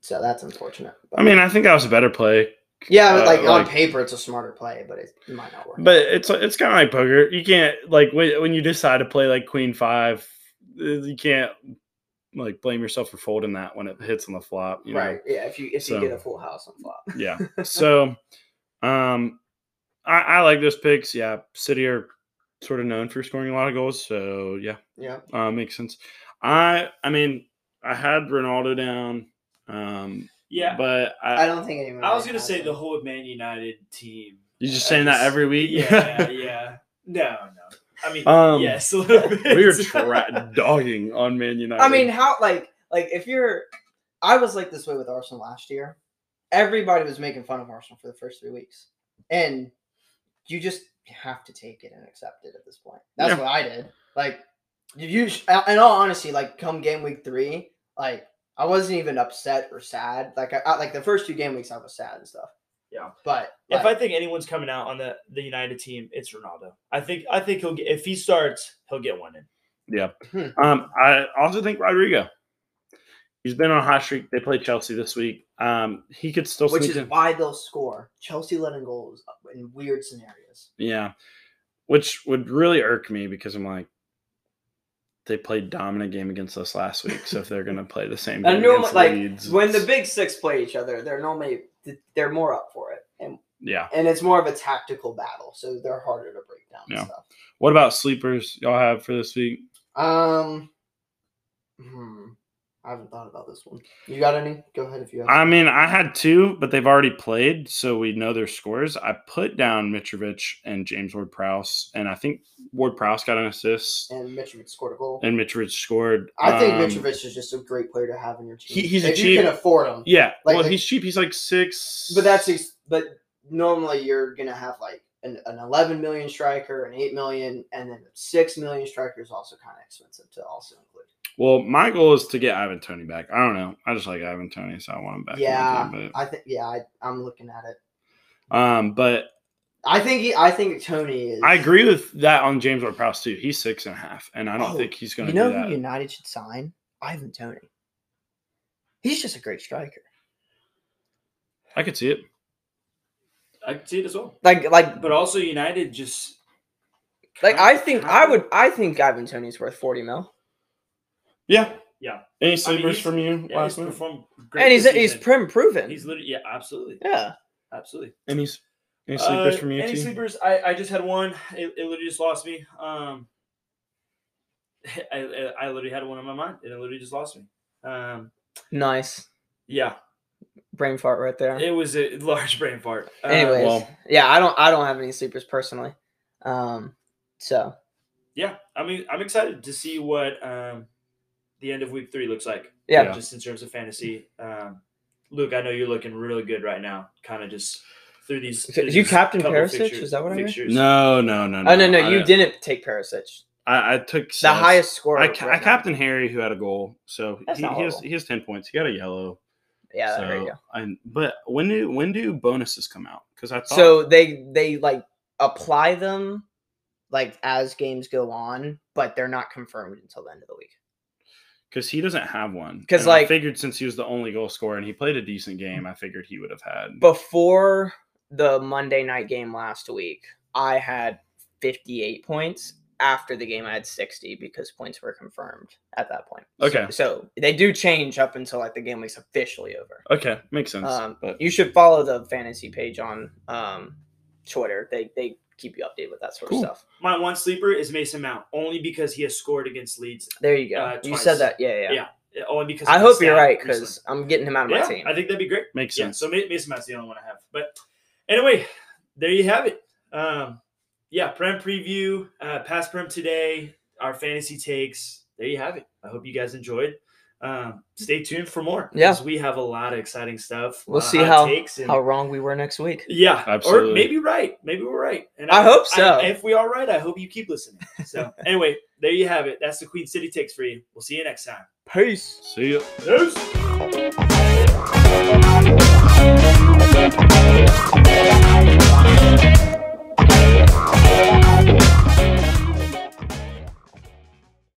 Speaker 3: so that's unfortunate. But-
Speaker 1: I mean, I think that was a better play,
Speaker 3: yeah, but
Speaker 1: uh,
Speaker 3: like, on
Speaker 1: like-
Speaker 3: paper, it's a smarter play, but it might not work.
Speaker 1: but it's it's kind of like poker. You can't like when when you decide to play like queen five, uh, you can't like blame yourself for folding that when it hits on the flop. You
Speaker 3: right? Yeah, if you if
Speaker 1: so-
Speaker 3: you get a full house on flop.
Speaker 1: Know? Yeah. So, um, I, I like those picks. Yeah, City are sort of known for scoring a lot of goals. So yeah.
Speaker 3: Yeah.
Speaker 1: Uh, makes sense. I I mean I had Ronaldo down, um,
Speaker 2: yeah,
Speaker 1: but I,
Speaker 3: I don't think anyone.
Speaker 2: I was
Speaker 3: really
Speaker 2: gonna
Speaker 3: has
Speaker 2: say the
Speaker 3: them.
Speaker 2: whole Man United team.
Speaker 1: you're just
Speaker 2: I
Speaker 1: saying that
Speaker 2: just-
Speaker 1: every week.
Speaker 2: Yeah, yeah. No, no. I mean,
Speaker 1: Um,
Speaker 2: yes, a little bit.
Speaker 1: we were tra- dogging on Man United.
Speaker 3: I mean, how like like if you're, I was like this way with Arsenal last year. Everybody was making fun of Arsenal for the first three weeks, and you just have to take it and accept it at this point. That's
Speaker 1: Yeah.
Speaker 3: what I did. Like, did you? sh- In all honesty, like come game week three, like I wasn't even upset or sad. Like I, I like the first two game weeks, I was sad and stuff.
Speaker 2: Yeah.
Speaker 3: but
Speaker 2: If I
Speaker 3: like,
Speaker 2: think anyone's coming out on the, the United team, it's Ronaldo. I think I think he'll get if he starts, he'll get one in.
Speaker 1: um, I also think Rodrigo. He's been on a hot streak. They play Chelsea this week. Um, he could still
Speaker 3: which
Speaker 1: sneak
Speaker 3: is
Speaker 1: in.
Speaker 3: why they'll score. Chelsea letting goals in weird scenarios.
Speaker 1: Yeah, which would really irk me because I'm like, they played dominant game against us last week. So if they're gonna play the same, game
Speaker 3: And normally,
Speaker 1: against
Speaker 3: like
Speaker 1: Leeds,
Speaker 3: when the
Speaker 1: it's-
Speaker 3: big six play each other, they're normally they're more up for it, and
Speaker 1: yeah.
Speaker 3: and it's more of a tactical battle, so they're harder to break down.
Speaker 1: Yeah.
Speaker 3: And stuff.
Speaker 1: What about sleepers y'all have for this week?
Speaker 3: Um, hmm, I haven't thought about this one. You got any? Go ahead if you have.
Speaker 1: I mean, I had two, but they've already played, so we know their scores. I put down Mitrovic and James Ward Prowse, and I think Ward Prowse got an assist,
Speaker 3: and Mitrovic scored a goal.
Speaker 1: and Mitrovic scored.
Speaker 3: I think
Speaker 1: Um,
Speaker 3: Mitrovic is just a great player to have in your team.
Speaker 1: He- he's a
Speaker 3: if you can
Speaker 1: cheap-
Speaker 3: afford him.
Speaker 1: Yeah,
Speaker 3: like-
Speaker 1: well,
Speaker 3: like-
Speaker 1: he's cheap. He's like six.
Speaker 3: But that's ex- but normally you're gonna have like an, an 11 million striker, an 8 million, and then the 6 million striker is also kind of expensive to also include.
Speaker 1: well, my goal is to get Ivan Tony back. I don't know. I just like Ivan Tony, so I want him back. in my
Speaker 3: yeah,
Speaker 1: team,
Speaker 3: I think yeah, I, I'm looking at it.
Speaker 1: but, um, but
Speaker 3: I think he, I think Tony is.
Speaker 1: I agree with that on James Ward Prowse too. He's six and a half, and I don't
Speaker 3: Oh,
Speaker 1: think he's going
Speaker 3: You
Speaker 1: to
Speaker 3: know
Speaker 1: do that.
Speaker 3: who United should sign? Ivan Tony. He's just a great striker.
Speaker 1: I could see it.
Speaker 2: I can see it as well.
Speaker 3: Like like
Speaker 2: But also United just
Speaker 3: like I think
Speaker 2: How-
Speaker 3: I would I think Ivan Tony's worth forty mil.
Speaker 1: Yeah.
Speaker 2: Yeah.
Speaker 1: Any sleepers
Speaker 2: he's-
Speaker 1: from you
Speaker 2: yeah,
Speaker 1: last
Speaker 2: he's
Speaker 1: week?
Speaker 2: performed great.
Speaker 3: And he's
Speaker 2: this
Speaker 3: he's
Speaker 2: season.
Speaker 3: prim proven.
Speaker 2: he's literally yeah, absolutely.
Speaker 3: yeah.
Speaker 2: Absolutely.
Speaker 1: Any s- any sleepers
Speaker 2: Uh,
Speaker 1: from you?
Speaker 2: Any
Speaker 1: T?
Speaker 2: sleepers? I, I just had one. It, it literally just lost me. Um, I, I I literally had one on my mind, and it literally just lost me. Um,
Speaker 3: Nice.
Speaker 2: yeah,
Speaker 3: Brain fart right there.
Speaker 2: it was a large brain fart. Um,
Speaker 3: Anyways.
Speaker 1: uh, well-
Speaker 3: yeah, I don't I don't have any sleepers personally. Um so
Speaker 2: yeah, I mean, I'm excited to see what um the end of week three looks like.
Speaker 3: yeah.
Speaker 1: Yeah.
Speaker 2: just in terms of fantasy. Um, Luke, I know you're looking really good right now. Kind of just through these.
Speaker 3: Is
Speaker 2: through
Speaker 3: you
Speaker 2: these
Speaker 3: captain
Speaker 2: couple
Speaker 3: Perisic? Is that what I heard?
Speaker 2: fixtures.
Speaker 1: No, no, no, no.
Speaker 3: Oh no no, you
Speaker 1: I,
Speaker 3: didn't take Perisic.
Speaker 1: I, I took
Speaker 3: The highest score.
Speaker 1: I, ca- I captain Harry who had a goal, so
Speaker 3: That's
Speaker 1: he,
Speaker 3: not
Speaker 1: he has
Speaker 3: horrible.
Speaker 1: he has ten points. He got a yellow.
Speaker 3: Yeah,
Speaker 1: so,
Speaker 3: there you go.
Speaker 1: And but when do when do bonuses come out? Because I thought
Speaker 3: So they they like apply them like as games go on, but they're not confirmed until the end of the week.
Speaker 1: because he doesn't have one.
Speaker 3: 'Cause,
Speaker 1: And I
Speaker 3: like- Mm.
Speaker 1: figured since he was the only goal scorer and he played a decent game, I figured he would have had.
Speaker 3: Before the Monday night game last week, I had 58 points. After the game, I had 60 because points were confirmed at that point.
Speaker 1: okay,
Speaker 3: So they do change up until like the game week's officially over.
Speaker 1: okay, makes sense.
Speaker 3: Um,
Speaker 1: but
Speaker 3: you should follow the fantasy page on um, Twitter. They they keep you updated with that sort
Speaker 1: Cool.
Speaker 3: of stuff.
Speaker 2: My one sleeper is Mason Mount, only because he has scored against Leeds.
Speaker 3: There you go.
Speaker 2: Uh,
Speaker 3: you
Speaker 2: twice.
Speaker 3: said that. Yeah, yeah.
Speaker 2: Yeah, Only because
Speaker 3: I
Speaker 2: of
Speaker 3: hope
Speaker 2: the
Speaker 3: you're
Speaker 2: stat
Speaker 3: right
Speaker 2: recently.
Speaker 3: because I'm getting him out of my
Speaker 2: yeah,
Speaker 3: team.
Speaker 2: I think that'd be great.
Speaker 1: makes
Speaker 2: Yeah,
Speaker 1: sense.
Speaker 2: so Ma- Mason Mount's the only one I have. But anyway, there you have it. Um, yeah, Prem preview, uh, past Prem today, our fantasy takes. There you have it. I hope you guys enjoyed. Um, stay tuned for more. 'cause
Speaker 3: Yeah.
Speaker 2: we have a lot of exciting stuff.
Speaker 3: We'll
Speaker 2: uh,
Speaker 3: see
Speaker 2: hot
Speaker 3: how-
Speaker 2: takes and-
Speaker 3: How wrong we were next week.
Speaker 2: Yeah,
Speaker 1: Absolutely.
Speaker 2: or maybe right. Maybe we're right. And
Speaker 3: I hope so.
Speaker 2: if we are right, I hope you keep listening. So anyway, there you have it. That's the Queen City takes for you. We'll see you next time.
Speaker 3: Peace.
Speaker 1: See ya.
Speaker 2: Peace.